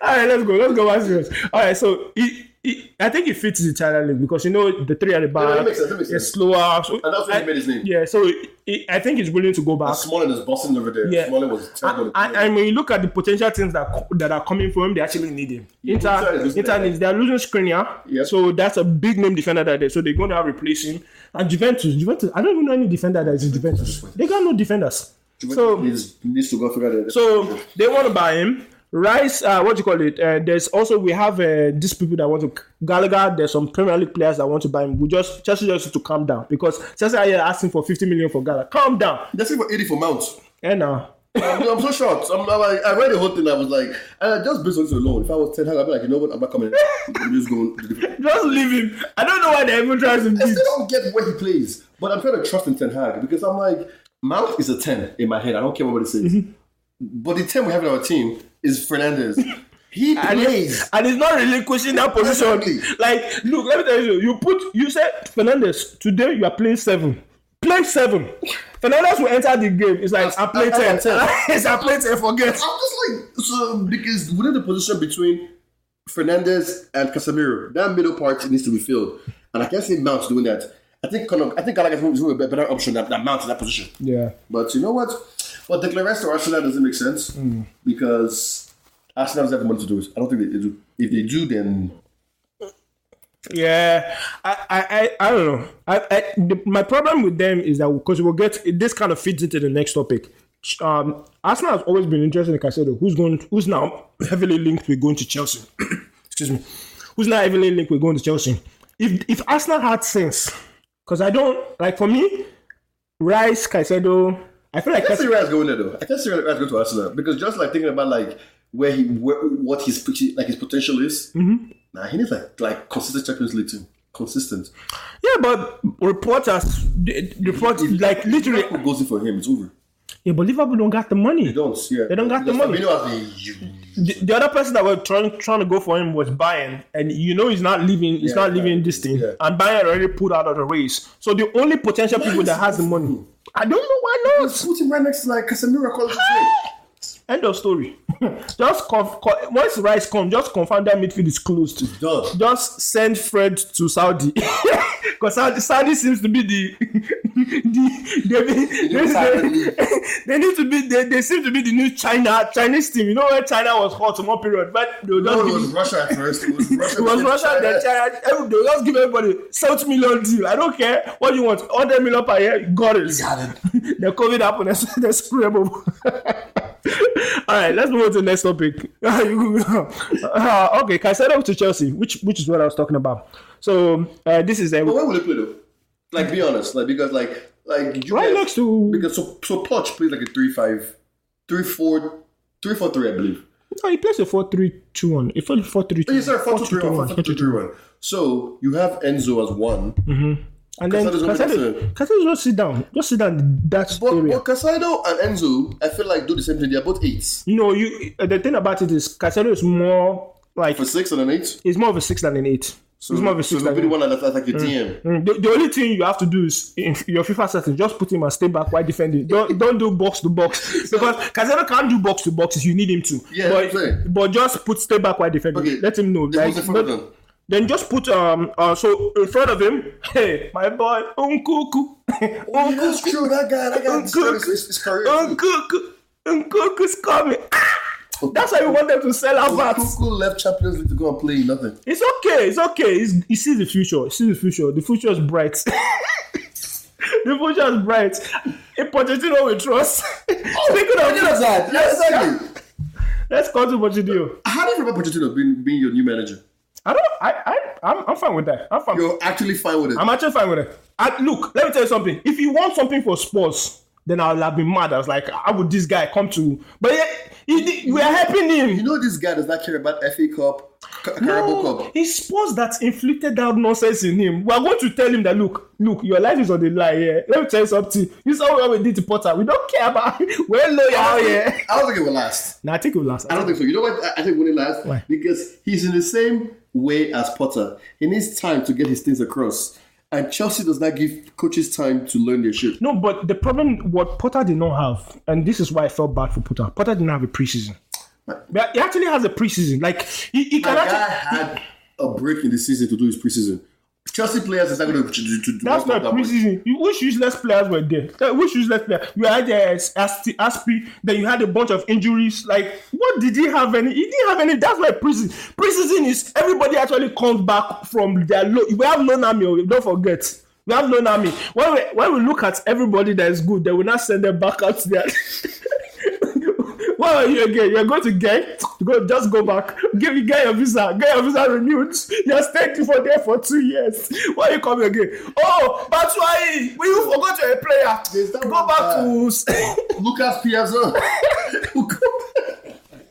S2: All right, let's go. Let's go back serious. All right, so he, he, I think it fits the Italian league because you know the three at the back.
S1: that makes sense, that makes
S2: they're
S1: sense.
S2: slower. So,
S1: And that's when
S2: I-
S1: he made his name.
S2: Yeah, so he, I think he's willing to go back.
S1: Smalling is bossing over there.
S2: Yeah.
S1: Smalling was terrible.
S2: And, and when you look at the potential teams that co- that are coming for him, they actually need him.
S1: Inter is
S2: Inter,
S1: losing
S2: Inter
S1: their-
S2: needs. They are losing Skriniar,
S1: Yep.
S2: so that's a big name defender that they. So they're going to have to replace him. And Juventus, Juventus. I don't even know any defender that is in Juventus. They got no defenders.
S1: so,
S2: So
S1: needs, needs to go figure that.
S2: so they want to buy him. Rice, uh, what do you call it? Uh, there's also we have uh, these people that want to Gallagher. There's some Premier League players that want to buy him. We just Chelsea just need to calm down because Chelsea are here asking for 50 million for Gallagher. Calm down, Eh,
S1: that's it for 80 for Mount.
S2: and now.
S1: I'm, I'm so shocked. I'm, I'm like, I read the whole thing. I was like, and I just based on this alone. If I was 10, Hag, I'd be like, you know what? I'm not coming. I'm just going. To the different-
S2: Just leave him. I don't know why they even trying to
S1: I
S2: beat.
S1: still don't get where he plays, but I'm trying to trust in Ten Hag because I'm like, Mount is a 10 in my head. I don't care what it says. But the 10 we have in our team is Fernandez. He plays.
S2: And he's not relinquishing that position.
S1: Exactly.
S2: Like, look, let me tell you, you put, you said, Fernandez, today you are playing seven. Play seven. Fernandez will enter the game. It's like, I play
S1: I- I- I-
S2: ten. <laughs> It's I play ten. Forget.
S1: I'm just like, so because within the position between Fernandez and Casemiro, that middle part needs to be filled, and I can't see Mount doing that. I think kind of, I think Gallagher is a better option than, than Mount in that position.
S2: Yeah.
S1: But you know what? But the Clarence to Arsenal doesn't make sense
S2: Hmm.
S1: because Arsenal doesn't have the money to do it. I don't think they, they do. If they do, then
S2: Yeah. I, I, I, I don't know. I, I the, my problem with them is that because we'll get this kind of fits into the next topic. Um, Arsenal has always been interested in Casado, who's going, who's now <coughs> heavily linked with going to Chelsea. <coughs> Excuse me. Who's now heavily linked with going to Chelsea? If if Arsenal had sense, because I don't like for me, Rice, Caicedo. I feel like
S1: I can't
S2: Caicedo,
S1: see Rice going there though. I can't see Rice going to Arsenal because just like thinking about like where he where, what his pot- like his potential is.
S2: Mm-hmm.
S1: Nah, he needs like like consistent Champions League team. Consistent.
S2: yeah, but reporters, the, the report like literally,
S1: Liverpool goes in for him. It's over.
S2: yeah, but Liverpool don't got the money.
S1: They don't. Yeah. They
S2: don't got the money.
S1: Firmino has been huge.
S2: the, the other person that were trying trying to go for him was Bayern, and you know he's not leaving. He's not
S1: yeah,
S2: leaving this thing,
S1: yeah.
S2: and Bayern already pulled out of the race. So the only potential people that has the money, I don't know why not.
S1: Put him right next to like Casemiro. Call it a
S2: End of story. <laughs> just conf- co- once Rice come, just confirm that midfield is closed.
S1: day. Done.
S2: Just send Fred to Saudi <laughs> because Saudi, Saudi seems to be the, <laughs> the they, be-
S1: new Saudi league.
S2: <laughs> they need to be they, they seem to be the new China Chinese team. You know where China was hot one period, but they will just
S1: No, it
S2: give
S1: was Russia at first. It was Russia.
S2: <laughs> It was
S1: then
S2: Russia
S1: China.
S2: then China. Every, they just give everybody 70 million deal. I don't care what you want. 100 million per year, you got it. <laughs> the COVID happened. That's, that's screwable. <laughs> All right, let's move on to the next topic. <laughs> uh, okay, Caicedo to Chelsea, which which is what I was talking about. So uh, this is a
S1: But where would they play though? Like, be honest. Like, because like, like you
S2: right
S1: can-
S2: next to.
S1: because so so Poch plays like a three five, three four, three four three, I believe.
S2: No, he plays a 4-3-2-1. He plays a 4-3-2-1.
S1: Yes, sir. Oh, Four two three one.
S2: 4-2-3-1.
S1: Four two three one. So you have Enzo as one,
S2: And then
S1: Caicedo's only
S2: Caicedo, Caicedo just sit down, just sit down in that
S1: but
S2: area.
S1: but Casado and Enzo, I feel like do the same thing. They're both eights
S2: No, you. uh, The thing about it is, Casado is more like
S1: for six and an eight.
S2: he's more of a six than an eight.
S1: So,
S2: he's more of a
S1: so
S2: six
S1: they'll
S2: than
S1: be
S2: an
S1: the
S2: eight.
S1: one that's like your DM.
S2: Mm, The, the only thing you have to do is in your FIFA setting, just put him and stay back while defending. Don't don't do box
S1: <laughs>
S2: to box because Casado can't do box to box if you need him to.
S1: Yeah, that's what I'm saying.
S2: but, but just put stay back while defending.
S1: Okay.
S2: Let him know.
S1: They
S2: Like,
S1: put the front
S2: but-
S1: of them.
S2: then just put um uh, so in front of him. <laughs> Hey, my boy, Unkuku,
S1: Yeah, Oh, That's
S2: Unkuku,
S1: true. That guy, that guy, it's,
S2: Uncook.
S1: it's, it's career.
S2: Unkuku, Unkuku's coming. That's why we want them to sell our bats.
S1: Cuckoo left Champions League to go and play nothing.
S2: It's okay. It's okay. He's, he sees the future. He sees the future. The future is bright. <laughs> the future is bright. A Pochettino we trust. <laughs> Speaking of
S1: Look at that.
S2: Yes,
S1: Exactly.
S2: let's call to Pochettino.
S1: How do you feel about Pochettino being, being your new manager?
S2: I don't. I. I. I'm, I'm fine with that. I'm fine.
S1: You're actually fine with it.
S2: I'm actually fine with it. I, look, let me tell you something. If you want something for sports, then I would have been mad. I was like, how would this guy come to? But yeah, he, did- we are helping him.
S1: You know this guy does not care about FA Cup, Ca- Carabao
S2: No,
S1: Cup.
S2: it's sports that inflicted that nonsense in him. We are going to tell him that look, look, your life is on the line here. Let me tell you something. You saw what we did to Potter. We don't care about <laughs> we're loyal here.
S1: I don't think it will last.
S2: Now I think we'll last.
S1: I don't think so. You know what? I- I think it will last
S2: Why?
S1: because he's in the same way as Potter. He needs time to get his things across, and Chelsea does not give coaches time to learn their shit.
S2: No, but the problem what Potter did not have, and this is why I felt bad for Potter. Potter didn't have a preseason. But he actually has a preseason. Like he, he
S1: The
S2: can
S1: guy
S2: actually.
S1: had a break in the season to do his preseason. Chelsea players is not going to, to, to do
S2: That's
S1: not
S2: not
S1: that much.
S2: preseason. You- Which useless players were there? Uh, Which useless player? You had uh, Aspi, Aspi, then you had a bunch of injuries. Like, what did he have any? He didn't have any. That's why preseason. Preseason is everybody actually comes back from their low. We have loan army. oh, Don't forget. We have loan army. When we, when we look at everybody that is good, they will not send them back out there. <laughs> What are you again? You're going to get go just go back. Give you get your visa. Get your visa renewed. You're staying for there for two years. Why you coming again? Oh, that's why we you forgot you're a
S1: There's
S2: player.
S1: that
S2: Go
S1: one
S2: back
S1: guy.
S2: to
S1: Lucas Piazza.
S2: <laughs>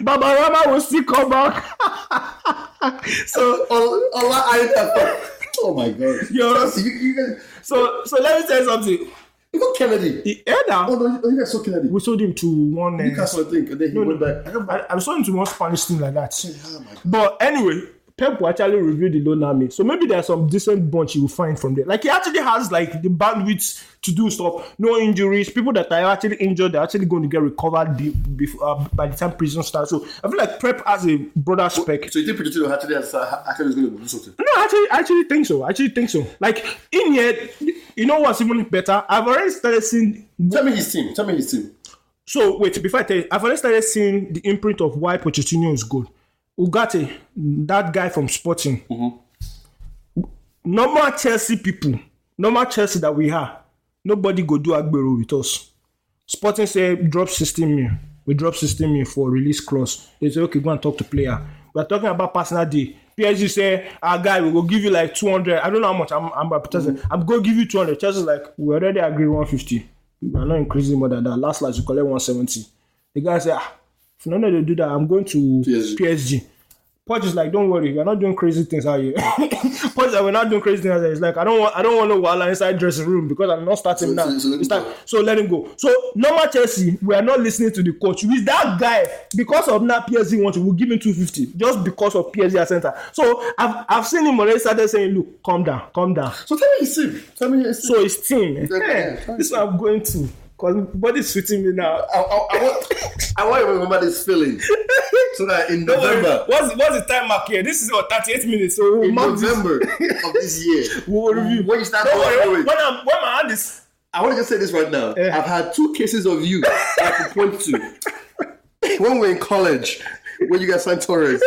S2: Baba Rama will still come back. <laughs> so
S1: Ola Ola Aina. Oh my god.
S2: <laughs> Yo.
S1: Chelsea, you, you guys.
S2: so so let me tell you something. eh,
S1: You got Kennedy.
S2: The elder
S1: Oh no, you- you guys saw Kennedy.
S2: we sold him to one. Uh,
S1: Newcastle, I think, and then he went back. I don't
S2: I, I saw him to one Spanish team like that.
S1: Oh my god.
S2: But anyway, Pep will actually review the loan army. So maybe there's some decent bunch you will find from there. Like he actually has like the bandwidth to do stuff. No injuries. People that are actually injured, they're actually going to get recovered be, before, uh, by the time prison starts. So I feel like Pep has a broader spec.
S1: So you think Pochettino actually has uh, actually is going to do something?
S2: No, actually, I actually think so. I actually think so. Like in here, you know what's even better? I've already started seeing
S1: Tell me his team. Tell me his team.
S2: So wait, before I tell you, I've already started seeing the imprint of why Pochettino is good. Ugate, that guy from Sporting, normal Chelsea people, normal Chelsea that we are, nobody go do Agbero with us. Sporting say drop 16 mil. We drop 16 mil for release clause. They say okay, go and talk to player. We are talking about personal day. PSG say our guy we go give you like 200. I don't know how much. I'm I'm, mm-hmm. I'm going to give you 200. Chelsea's like we already agree 150. We are not increasing more than that. Last last you collect 170. The guy say ah, if no no they do that, I'm going to
S1: PSG.
S2: PSG. Poch is like, don't worry, we're not doing crazy things out here. <laughs> Poch is like, we're not doing crazy things out here. It's like, I don't want, I don't want no wahala inside dressing room because I'm not starting
S1: So- so-
S2: now.
S1: so let him
S2: It's like-
S1: go.
S2: so let him go. So normal Chelsea, we are not listening to the coach. With that guy, because of now PSG want to, we'll give him 250 just because of PSG at center. So I've I've seen him already started saying, look, calm down, calm down.
S1: So tell me his team. Tell me his team.
S2: So his team, eh,
S1: yeah.
S2: this is what I'm going to. Because body's fitting me now.
S1: I, I, I want I want to remember this feeling so that in
S2: Don't worry.
S1: November,
S2: What's, what's the time mark here? This is what 38 minutes. So we'll
S1: in
S2: mark this.
S1: November of this
S2: <laughs>
S1: year,
S2: We will review.
S1: When you start
S2: Don't worry.
S1: doing
S2: When, I'm, when my hand is.
S1: I want to just say this right now.
S2: Yeah.
S1: I've had two cases of you I can point to. When we were in college, when you guys signed Torres,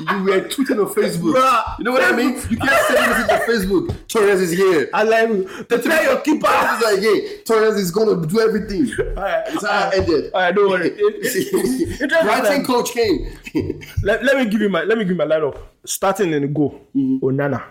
S1: you were tweeting on Facebook.
S2: Bruh.
S1: You know what I mean? You can't send a message on Facebook. Torres is here.
S2: I like to play your keeper.
S1: Torres is like, yeah, Torres is going to do everything.
S2: Alright,
S1: It's how I ended.
S2: alright,
S1: <laughs>
S2: don't worry. Interesting
S1: Brighton
S2: time.
S1: coach came.
S2: Let, let me give you my let me give you my lineup. Starting in the goal,
S1: Mm-hmm.
S2: Onana.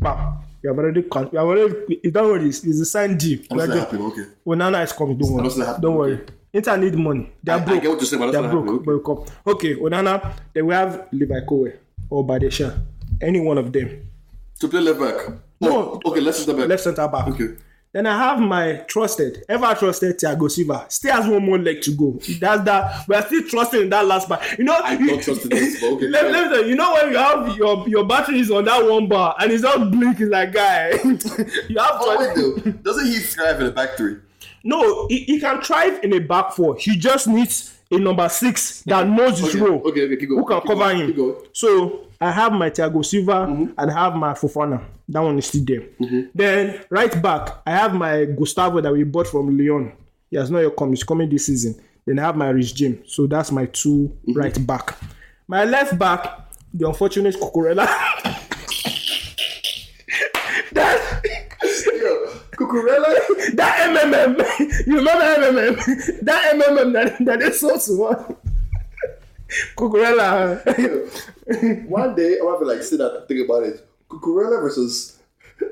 S2: Bam. You have already con- you have already you don't worry, it's, it's a sign deal.
S1: I'm
S2: We are
S1: not
S2: good.
S1: happy, okay.
S2: Onana is coming, don't worry.
S1: not happy,
S2: Don't worry.
S1: okay.
S2: Inter need money. They are
S1: I
S2: broke.
S1: get what you're saying, but that's
S2: They
S1: not
S2: are broke.
S1: happening,
S2: World Cup. Okay, Onana, then we have Levi Kowe or Badesha. Any one of them.
S1: To play left back.
S2: No.
S1: Okay, let's just back.
S2: Left centre back.
S1: Okay.
S2: Then I have my trusted, ever trusted Thiago Silva. Still has one more leg to go. That's that. We are still trusting in that last part. You know,
S1: I don't trust
S2: <laughs>
S1: in this, but okay.
S2: Let, let me tell you, you know when you have your your battery is on that one bar and it's not blinking like guy. <laughs> you have
S1: Oh, wait,
S2: to, <laughs>
S1: though. Doesn't he thrive in the back three?
S2: no. He, he can thrive in a back four. He just needs a number six that knows his
S1: Okay,
S2: role.
S1: okay, okay, keep going.
S2: Who can
S1: Keep
S2: cover
S1: going, keep going. Mm-hmm.
S2: him? So I have my Thiago Silva and I have my Fofana. That one is still there. Then right back, I have my Gustavo that we bought from Lyon. He has not yet come. He's coming this season. Then I have my Rich Jim. So that's my 2
S1: Mm-hmm.
S2: right back. My left back, the unfortunate Cucurella. <laughs> that
S1: Yo, Cucurella.
S2: <laughs> that MMM. You remember MMM? That MMM that, that they sold to one. <laughs> Cucurella.
S1: One day, I'm gonna be like, sit down, think about it. Cucurella versus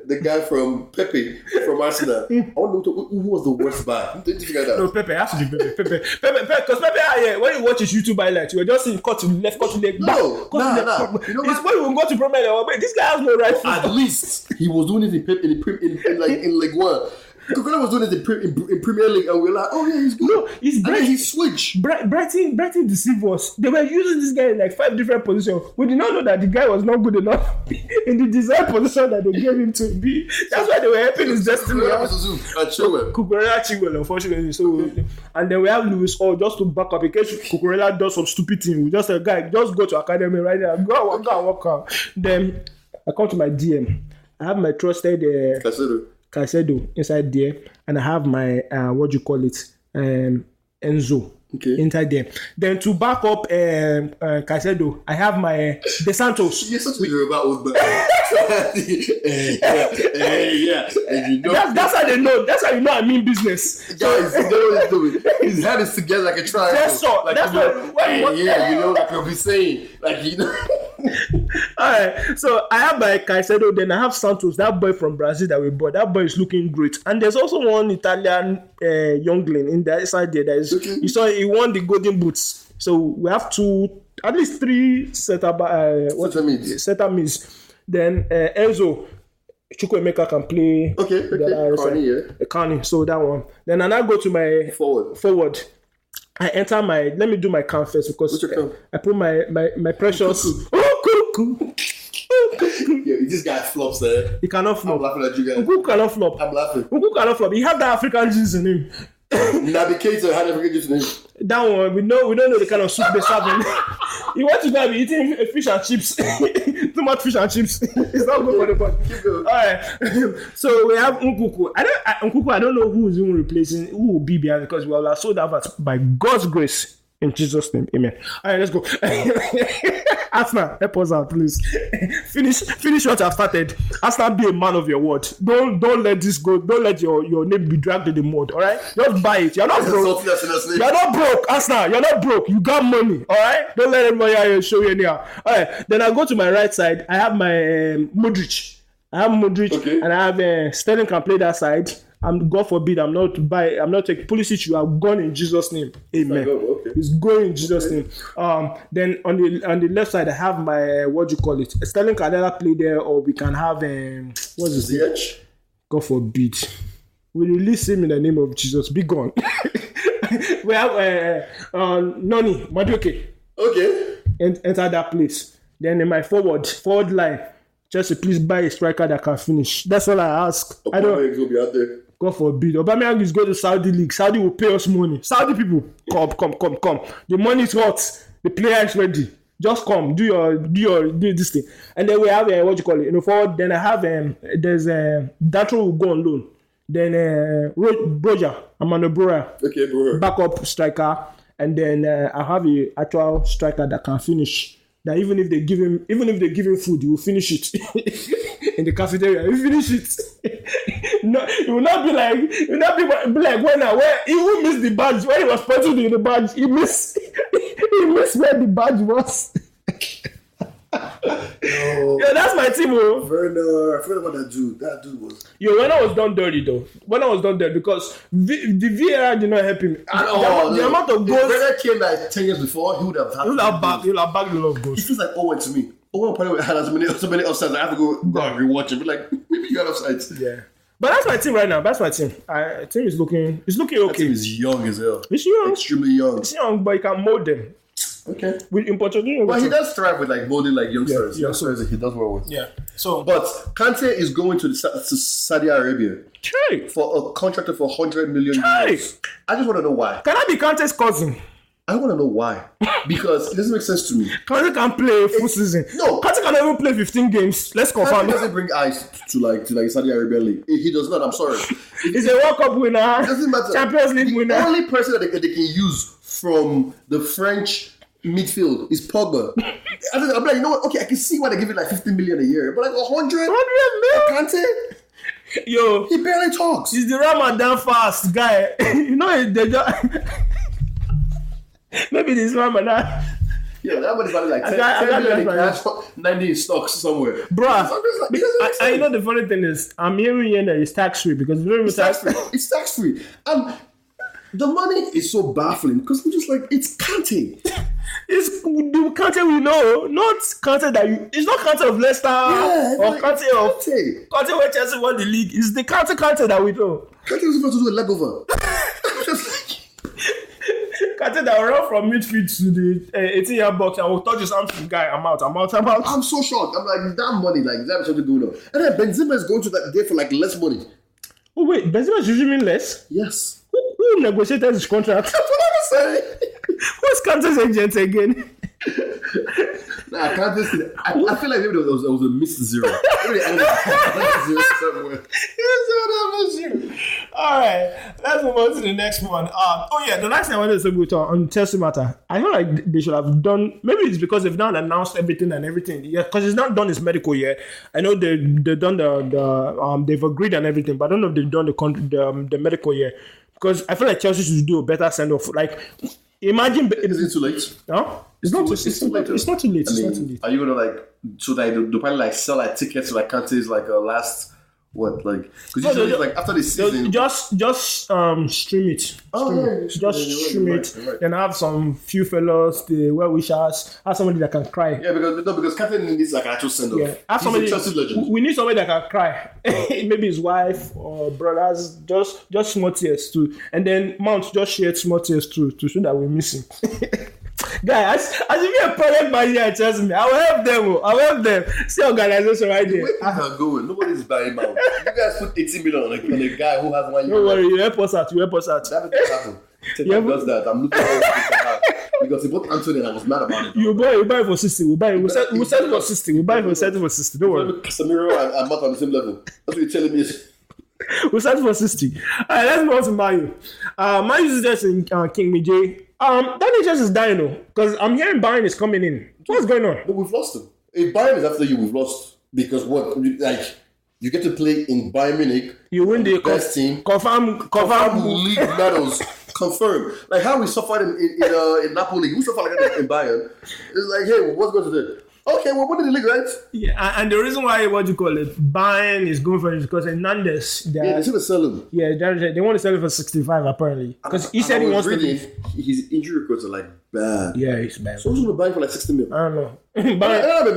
S1: the guy from Pepe from Arsenal. I want to know who who was the worst buy. Did you figure that
S2: No,
S1: out?
S2: Pepe, it has to be Pepe. Pepe, Pepe, Pepe, because Pepe, ah, yeah, when you watch his YouTube highlights, you were just seeing cut to left, cut to leg,
S1: No,
S2: back, cut
S1: nah,
S2: to left.
S1: nah.
S2: cut-
S1: You know
S2: it's
S1: what? Ah.
S2: when we go to Premier League, I was, wait, this guy has no right foot.
S1: At least he was doing it in Pepe, in, Prem- in, in, like, in League One. Kukurea was doing it in, Pre- in, in Premier League, and we were like, oh yeah, he's good.
S2: No, he's
S1: and then
S2: great.
S1: he switched.
S2: Bre- Brighton, Brighton deceived us. They were using this guy in like five different positions. We did not know that the guy was not good enough <laughs> in the desired position that they gave him to be. That's why they were helping his destiny.
S1: Kukurea was a zoo. And Uh, Chilwell.
S2: Cucurella Chigwell, unfortunately. So, and then we have Lewis Hall just to back up in case Cucurella does some stupid thing. We just a guy, just go to academy right now. Go and work out, work out. Then I come to my DM. I have my trusted uh,
S1: Casemiro.
S2: Caicedo inside there, and I have my uh, what do you call it, um, Enzo
S1: Okay.
S2: inside there. Then to back up um, uh, Caicedo, I have my uh, De Santos.
S1: You're such a Yoruba old man. <laughs> Eh, yeah, eh, yeah. And you know,
S2: That's, that's how they know. That's how you know I mean business.
S1: guys, you know what he's doing.
S2: <laughs>
S1: His head is together like a triangle.
S2: That's all.
S1: Like,
S2: That's
S1: you know,
S2: what- what-
S1: eh,
S2: what-
S1: yeah, you know, like you'll be saying, like you know. <laughs>
S2: Alright, so I have my Caicedo, then I have Santos, that boy from Brazil that we bought. That boy is looking great. And there's also one Italian uh, youngling in that side there that is
S1: Okay.
S2: you saw he won the golden boots. So we have two at least three set up uh what
S1: Center mids.
S2: setter mids. Then uh, Enzo Chukwemeka can play
S1: Okay,
S2: the
S1: okay.
S2: other
S1: Corny,
S2: side.
S1: yeah.
S2: Uh, Carney, so that one. Then I now go to my
S1: Forward.
S2: forward. I enter my let me do my count first because
S1: What's your count?
S2: I, I put my my my precious oh, cuckoo.
S1: Yeah, this guy flops there.
S2: He cannot
S1: I'm
S2: flop.
S1: laughing at you guys.
S2: Cuckoo cannot flop.
S1: I'm laughing.
S2: Cuckoo cannot flop. He had that African juice in him.
S1: Navigator had African juice in him.
S2: That one we know we don't know the kind of soup they serve him. <laughs> he wants to go and be eating f- fish and chips. <laughs> Too much fish and chips. <laughs> it's not good for the body.
S1: Keep going.
S2: Alright, <laughs> so we have Nkuku. I don't I, Nkuku. I don't know who is even replacing who will be behind because we are sold out but by God's grace in Jesus' name. Amen. All right, let's go. <laughs> Asna, help us out, please. <laughs> finish, finish what I've started. Asna, be a man of your word. Don't, don't let this go. Don't let your your name be dragged in the mud. All right, just buy it. You're not broke.
S1: Something that's in his name.
S2: You're not broke, Asna. You're not broke. You got money, all right? Don't let anybody out here show you anyhow. All right. Then I go to my right side. I have my um, Modric. I have Modric,
S1: Okay.
S2: and I have uh, Sterling can play that side. I'm God forbid. I'm not by. I'm not taking Pulisic. You are gone in Jesus' name. Amen.
S1: God, okay.
S2: It's going in Jesus' name. Um. Then on the on the left side, I have my uh, what do you call it? Sterling can either play there, or we can have um. What's his name?
S1: Ziyech.
S2: God forbid. We release him in the name of Jesus. Be gone. <laughs> we have uh, uh, Noni Maduke
S1: Okay.
S2: en- enter that place. Then in my forward forward line, Chelsea, please buy a striker that can finish. That's all I ask. I don't.
S1: Aubameyang will be out there.
S2: God forbid. Aubameyang is going to Saudi league. Saudi will pay us money. Saudi people, come, come, come, come. The money is hot. The player is ready. Just come, do your, do your, do this thing. And then we have uh, what you call it, you know, forward. Then I have um, there's uh, Datro will go on loan. Then uh, Ro- Broja, Amanda Brora,
S1: Okay, bro.
S2: backup striker, and then uh, I have a actual striker that can finish. That even if they give him, even if they give him food, he will finish it <laughs> in the cafeteria. He will finish it. <laughs> no, it will not be like it will not be, be like when I where he will miss the badge when he was pointing to the badge. He missed <laughs> he missed where the badge was. <laughs> Yeah, that's my team, bro.
S1: Werner. I forgot about that dude. That dude was.
S2: Yo, when I was done dirty though, when I was done dirty because v- the VAR did not help him.
S1: At
S2: the,
S1: all.
S2: the, amount of
S1: If
S2: goals,
S1: Werner came like 10 years before, he would have had.
S2: you'll have back, you'll have back a lot of
S1: It
S2: goals.
S1: feels like Owen to me. Owen probably had as many, so many offsides. I have to go, go and rewatch it. But like, <laughs> maybe you got offsides.
S2: Yeah, but that's my team right now. That's my team. I team is looking, it's looking
S1: That team
S2: okay.
S1: is young as hell.
S2: It's young, it's
S1: Extremely young.
S2: young, but you can mold them
S1: Okay.
S2: with Pochettino.
S1: But he
S2: with-
S1: does thrive with like molding like youngsters.
S2: Yeah, yeah.
S1: Youngsters, he does well with.
S2: Yeah. So, but
S1: But Kante is going to, the, Sa- to Saudi Arabia
S2: hey,
S1: for a contract of 100 million
S2: Hey!
S1: euros. I just want to know why.
S2: can I be Kante's cousin?
S1: I want to know
S2: <laughs>
S1: why. Because it doesn't make sense to me.
S2: Kante can play full season.
S1: No.
S2: Kante can even play 15 games. Let's
S1: Kante
S2: confirm.
S1: doesn't bring eyes to like to like Saudi Arabia league. He he does not. I'm
S2: <laughs>
S1: sorry. It
S2: He's a World Cup winner,
S1: doesn't matter.
S2: Champions League
S1: the
S2: winner.
S1: only person that they, that they can use from the French midfield is
S2: <laughs>
S1: Pogba. I don't- I'm like, you know what? Okay, I can see why they give it like 50 million a year, but like 100.
S2: 100
S1: Kante,
S2: mil. Yo,
S1: he barely talks.
S2: It's the Ramadan fast, guy. <laughs> you know, they just maybe this Ramadan.
S1: Yeah, that money's value like 10,
S2: I got- I
S1: 10
S2: got
S1: million in
S2: that
S1: cash, <laughs> 90 in stocks somewhere.
S2: Bruh,
S1: It's like-
S2: because I,
S1: it's
S2: I
S1: like-
S2: you know the funny thing is, I'm hearing here that it's tax free because you don't even
S1: It's tax free. It's tax free. And the money is so baffling because I'm just like, it's counting.
S2: It's the country we know, not country that you. It's not country of Leicester or
S1: like,
S2: country of
S1: Counting.
S2: country where Chelsea won the league. It's the country country that we know.
S1: Counting is supposed to do a leg over. <laughs> I'm just like,
S2: Country that will run from midfield to the uh, 18 yard box and will touch his arm to the guy. I'm out. I'm out. I'm out.
S1: I'm so shocked. I'm like, that money, like, that's something going on. And then Benzema is going to that day for like less money.
S2: Oh wait, Benzema should mean less.
S1: Yes. <laughs>
S2: Who, who negotiated his contract?
S1: That's what I'm saying.
S2: <laughs> Who's Kante's agent again?
S1: Nah, I can't just. I, I feel like maybe there was, there was a missed zero. Maybe there was a missed zero
S2: <laughs>
S1: somewhere.
S2: All right, let's move on to the next one. Um, oh yeah, the last thing I wanted to say about on Chelsea matter, I feel like they should have done. Maybe it's because they've not announced everything and everything. Yeah, because it's not done its medical yet. I know they they've done the, the um they've agreed on everything, but I don't know if they've done the con- the, um, the medical yet. Because I feel like Chelsea should do a better send off. Like, imagine,
S1: Is it too late?
S2: no, it's not. It's, it's, not- it's not too late.
S1: I
S2: It's
S1: mean,
S2: not too late.
S1: Are you gonna like so that they'll, they'll probably like sell like tickets to like countries like a last what like because
S2: No,
S1: usually
S2: no, no.
S1: like after the season.
S2: Just just um stream it.
S1: Oh,
S2: Stream
S1: yeah,
S2: it.
S1: you should-
S2: just
S1: you're right,
S2: stream
S1: you're
S2: it.
S1: right, you're right.
S2: Then have some few fellows, the well wishers, have somebody that can cry.
S1: yeah, because no, because Captain needs like an actual send off.
S2: Yeah. Have somebody.
S1: He's a Chelsea legend. Oh.
S2: we- We need somebody that can cry. <laughs> Maybe his wife or brothers. Just just small tears too. And then Mount just shared small tears too to show that we miss him. <laughs> Guy, as, as if you're a parent man here, trust me. I will help them. oh, I will help them. See organization right there.
S1: Where people are going? Nobody's buying him out. You guys put 80 million on a, on a guy who has one year.
S2: Don't worry, you help us out. You help us out.
S1: That doesn't happen.
S2: Yeah,
S1: Yeah, does that. I'm looking forward to that because he bought Anthony and I was mad about it.
S2: You buy, you buy for sixty. We buy, we sell, we sell it for sixty. We buy for sell it for sixty. Don't worry,
S1: Casemiro and, and Mata on the same level. That's what you're telling me.
S2: we sell it for sixty. All right, let's move on to Mayu. Uh, Mayu is just in uh, King Mijay. Um, Danny just is dying though, because I'm hearing Bayern is coming in. What's going on?
S1: But we've lost him. If Bayern is after you, we've lost. Because what, you- like, you get to play in Bayern Munich.
S2: You win the
S1: best team.
S2: Confirm,
S1: Confirm
S2: confirm.
S1: league medals. Confirm. Like, how we suffered in, in, in, uh, in Napoli. We suffered like that in Bayern. It's like, hey, what's going to do? Okay, well, what did the league, right?
S2: Yeah, and- and the reason why what you call it Bayern is going for it is because Hernandez. they are-
S1: Yeah, they should have sell him.
S2: Yeah, they they want to sell it for sixty-five apparently because he
S1: And
S2: said
S1: I
S2: he
S1: was
S2: wants to.
S1: reading,
S2: leave.
S1: His injury records are like bad.
S2: Yeah, Uh, it's bad.
S1: So, who's going to buy him for like 60 mil?
S2: I don't know. <laughs> Bayern,
S1: I don't know,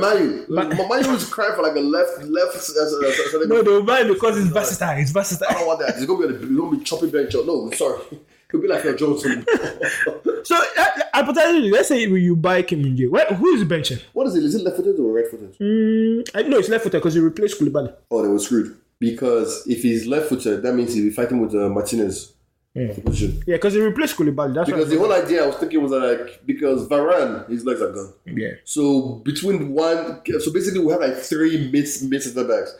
S1: man. Man, Man U is crying for like a left, left. Uh, uh, uh,
S2: no, they will buy it because it's versatile. It's versatile.
S1: I don't want that. It's gonna be it's gonna be chopping bench. or- No, I'm sorry. <laughs> It'll be like a Johnson. <laughs>
S2: So uh, hypothetically, let's say you buy Kim Min Jae. Where- Who is benching?
S1: what is it? Is it left footed or right footed?
S2: Mm, I know it's left footer because he replaced Koulibaly.
S1: Oh, they were screwed because if he's left footed, that means he'll be fighting with uh, Martinez.
S2: Yeah.
S1: for position.
S2: Yeah, because he replaced Koulibaly. That's
S1: Because
S2: because
S1: the whole idea I was thinking was that like because Varane his legs are gone,
S2: yeah.
S1: so between one, so basically we have like three miss mid center backs,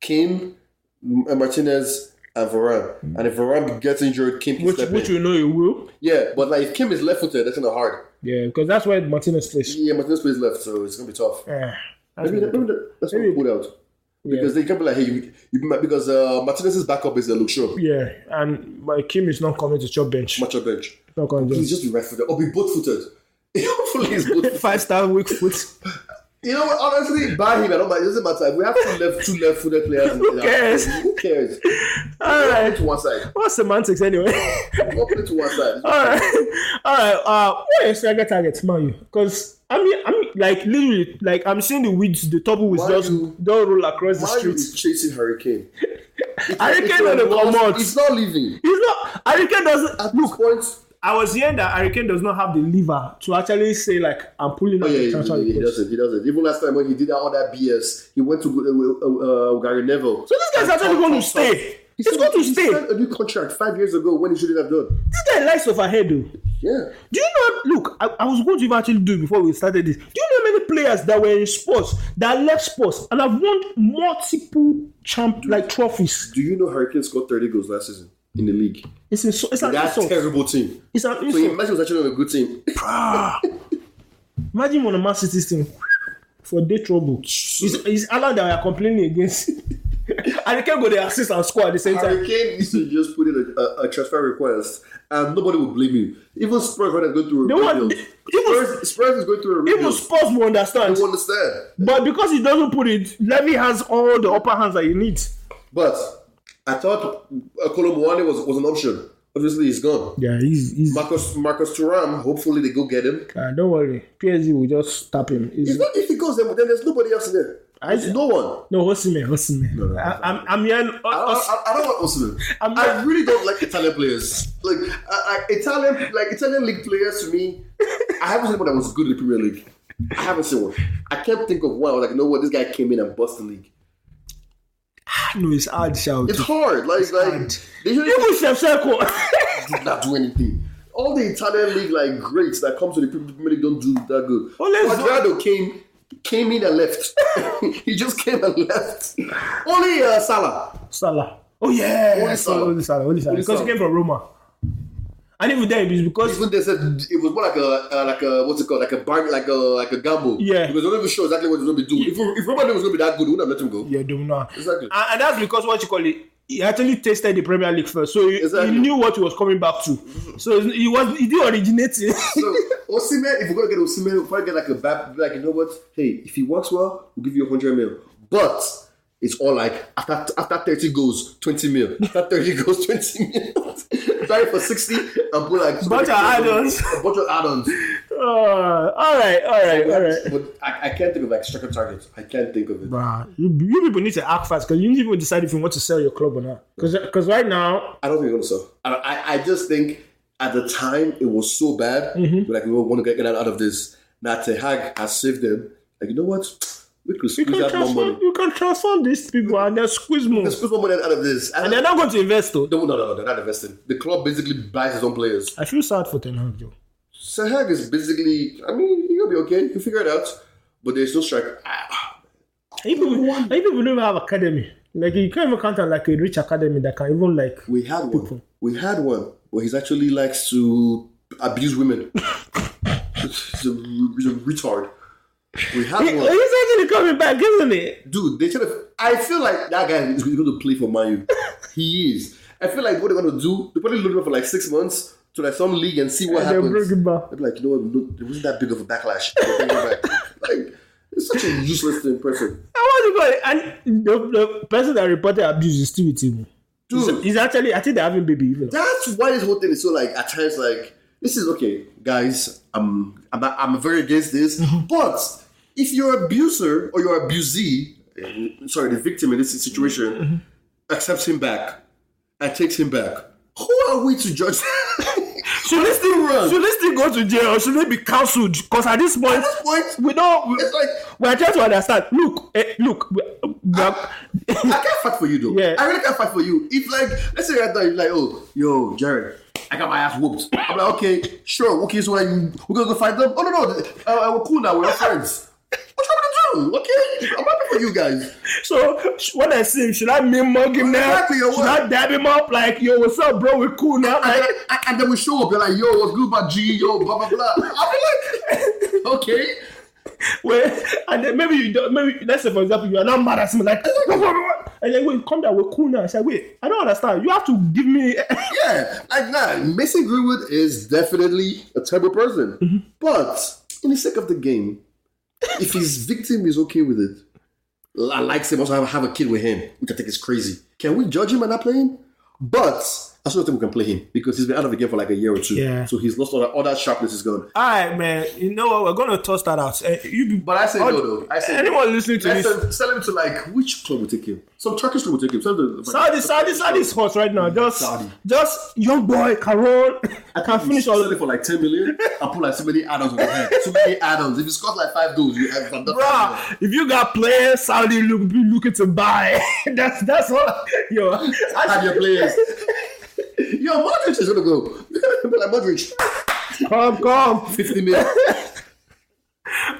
S1: Kane, M- uh, Martinez, and Varane. And if Varane gets injured, Kim can
S2: Mm. Which
S1: step
S2: which
S1: in.
S2: you know he will.
S1: Yeah, but like if Kim is left footed, that's kind of hard.
S2: Yeah, because that's where Martinez plays.
S1: Yeah, Martinez plays left, so it's gonna be tough.
S2: Yeah. That's
S1: Maybe,
S2: what-
S1: maybe that- that's what we pulled out. Because they can be like, hey, you, you, might- because uh, Martinez's backup is a look sure.
S2: yeah, and but Kim is not coming to chop bench.
S1: Match your bench.
S2: Not coming
S1: Please
S2: to
S1: just be right footed or be both <laughs> footed. Hopefully, he's
S2: <laughs>
S1: both.
S2: five star weak foot.
S1: You know what? Honestly, buy him. I don't mind. It doesn't matter. If we have two left, two left footed players. in-
S2: <laughs> Who
S1: in our-
S2: cares?
S1: Who cares?
S2: All
S1: Put
S2: right.
S1: to one side.
S2: What's semantics anyway? <laughs>
S1: One play to one side.
S2: All right, all right. Uh, where is Tiger Target, man? You, because I mean, I'm like literally, like I'm seeing the weeds, the top weeds
S1: Why
S2: just
S1: you-
S2: don't roll across the
S1: Why you
S2: street.
S1: is chasing Hurricane? It-
S2: <laughs> Hurricane
S1: it's
S2: on the
S1: lost-
S2: commode.
S1: It's not leaving.
S2: He's not. Hurricane doesn't.
S1: At this point,
S2: I was hearing that Hurricane does not have the lever to actually say like I'm pulling
S1: Oh
S2: out
S1: yeah,
S2: the
S1: he,
S2: transfer
S1: he, he
S2: request.
S1: doesn't. He doesn't. Even last time when he did all that BS, he went to uh, uh, uh, Gary Neville.
S2: So this guy's actually going to stay. He's
S1: said
S2: going to
S1: he
S2: stay.
S1: signed a new contract five years ago when he shouldn't have done.
S2: This guy likes of ahead though.
S1: Yeah,
S2: Do you know? Look, I, I was going to even actually do it before we started this. Do you know how many players that were in sports that left sports and have won multiple champ like trophies?
S1: do you know Hurricane scored thirty goals last season in the league?
S2: It's insult. It's an
S1: That
S2: insult.
S1: terrible team.
S2: It's an
S1: So
S2: insult.
S1: imagine he was actually on a good team.
S2: Imagine on a Man City team for day trouble. It's, it's Alan that we are complaining against. <laughs> and he can go there assist and score at the same time.
S1: Harry Kane used to just put in a, a, a transfer request, and nobody would blame you. Even Spurs when they go through a
S2: They want-
S1: rebuild.
S2: even-
S1: Spurs, Spurs is going through a
S2: Even
S1: rebuild.
S2: Spurs will understand.
S1: You understand?
S2: But because he doesn't put it, Levy has all the upper hands that he needs.
S1: But I thought Colomboane was was an option. Obviously, he's gone.
S2: Yeah, he's he's.
S1: Marcus Marcus Thuram. Hopefully, they go get him.
S2: Uh, don't worry, PSG will just stop him. He's-
S1: It's not if he goes there, but then there's nobody else there.
S2: I-
S1: There's no one.
S2: no, Uh, Osimhen, Osimhen. I- I'm I'm hearing
S1: I,
S2: Os-
S1: I, I don't want Osman.
S2: I'm
S1: I
S2: not-
S1: really don't like Italian players. Like I, I, Italian, like Italian league players. To me, I haven't seen one that was good in the Premier League. I haven't seen one. I can't think of one. I was like, you know what? This guy came in and bust the league.
S2: no, it's hard shout.
S1: It's hard. Like, like
S2: hard.
S1: they usually
S2: Even Shevchenko. <laughs>
S1: did not do anything. All the Italian league like greats that come to the Premier League don't do that good.
S2: Well, let's-
S1: Cuadrado came came in and left. <laughs> he just came and left. Only uh, Salah.
S2: Salah. Oh yeah,
S1: Only Salah.
S2: Only Salah. Only Salah.
S1: Only
S2: Because he
S1: Salah.
S2: came from Roma. And even then, it's because
S1: Even they said it was more like a uh, like a what's it called like a bar, like a like a gamble.
S2: Yeah.
S1: because they don't even sure exactly what he's gonna be doing. If if Romano was gonna be that good, they wouldn't have let him go.
S2: yeah, Ah. don't know.
S1: Exactly.
S2: And, and that's because what you call it. He actually tasted the Premier League first, so he,
S1: Exactly.
S2: he knew what he was coming back to. So he was he did originate it.
S1: So Osimhen, if we're gonna get Osimhen, we'll probably get like a bad like you know what? Hey, if he works well, we'll give you hundred mil. But it's all like after after thirty goals, twenty mil. After thirty <laughs> goals, twenty mil. <laughs> Try for sixty and put <laughs> like
S2: Bunch of add-ons.
S1: A bunch of add-ons.
S2: <laughs> Uh, all right, all right, <laughs> all right.
S1: But I, I can't think of like striker targets. I can't think of it.
S2: Bruh, you, you people need to act fast because you need to even decide if you want to sell your club or not. Because right now,
S1: I don't think we're gonna sell. I, I, I just think at the time it was so bad. We're like we want to get, get out of this. Now Ten Hag has saved them. Like you know what? We could
S2: you
S1: squeeze
S2: can,
S1: out more money.
S2: transform, you can transform these people and then squeeze more.
S1: Let's put more money out of this. And,
S2: And they're not going to invest though.
S1: no, no, no, no, they're not investing. The club basically buys his own players.
S2: I feel sad for Ten Hag, Joe.
S1: Ten Hag is basically, I mean, he'll be okay. He'll figure it out. But there's no striker. Ah,
S2: And you people, and you people don't even have academy. Like you can't even count on like a rich academy that can even like.
S1: We had one. We had one where he's actually likes to abuse <laughs> women. he's, a, he's a retard. We had
S2: He- He's
S1: one.
S2: actually coming back, isn't it?
S1: Dude, they should have. I feel like that guy is going to play for
S2: <laughs>
S1: Man U. he is. I feel like what they're going to do, they're probably looking for like six months to like some league and see what
S2: And they'll
S1: happens.
S2: bring him back.
S1: I'd be like, you know what? No, it wasn't that big of a backlash. But then you're
S2: <laughs>
S1: like, like, it's such a useless thing, person.
S2: And what you call it? And the, the person that reported abuse is still with him. He's,
S1: Dude.
S2: he's actually, I think they're having baby even.
S1: That's why this whole thing is so like at times like this is okay, guys. I'm I'm not, I'm very against this, but if you're abuser or you're abusee, eh, sorry, the victim in this situation accepts him back and takes him back. Who are we to judge? <laughs>
S2: Should this thing
S1: Run.
S2: Should this thing go to jail or should it be cancelled? Because at this point,
S1: At this point,
S2: we don't. We,
S1: it's like
S2: we are trying to understand. Look, eh, look. We, we are, <laughs>
S1: I can't fight for you though.
S2: Yeah.
S1: I really can't fight for you. If like let's say right now you're like, oh, yo, Jared, I got my ass whooped. I'm like, okay, sure, okay, so like we're gonna go fight them. Oh no no, uh, we're cool now, we're friends. What you want me to do? Okay, I'm happy for you guys.
S2: so sh- when I see him, should I mean mug him now?
S1: Exactly, or
S2: Should I dab him up like yo? What's up, bro? We cool <laughs> now.
S1: And,
S2: Like,
S1: and, and then we show up, they're like, yo, what's good about G, yo, blah blah blah. I'm like, okay.
S2: wait, and then maybe you don't. Maybe let's say for example, you are not mad at me. Like, <laughs> and then wait, come down. We're cool now. I said, wait, I don't understand. You have to give me.
S1: Yeah, like nah, Mason Greenwood is definitely a terrible person.
S2: Mm-hmm.
S1: But in the sake of the game, if his <laughs> victim is okay with it, I likes him, also have, have a kid with him, which I think is crazy. Can we judge him and not play him? But I still don't think we can play him because he's been out of the game for like a year or two.
S2: Yeah.
S1: So he's lost all that, all that sharpness is gone.
S2: All right, man. You know what? We're gonna toss that out. Eh, you be,
S1: But I say
S2: all-
S1: no, though. I say no.
S2: anyone listening to
S1: Let's
S2: this.
S1: sell, sell him to like which club will take him? Some Turkish club will take him. Sell him to-
S2: Saudi, Saudi, Saudi is hot right
S1: Mm,
S2: now. Just,
S1: Saudi.
S2: just young boy, Carol. I can <laughs> finish all
S1: sell
S2: of
S1: it
S2: it.
S1: for like 10 million and put like so many add-ons on the head. So many add-ons. If you score like five goals, you have done that.
S2: Bruh, if you got players, Saudi look be looking to buy. <laughs> that's that's all. <laughs> Yo,
S1: Have your
S2: <laughs>
S1: players. Yo, Modric is gonna go. <laughs> Be like Modric,
S2: come, come,
S1: 50 million.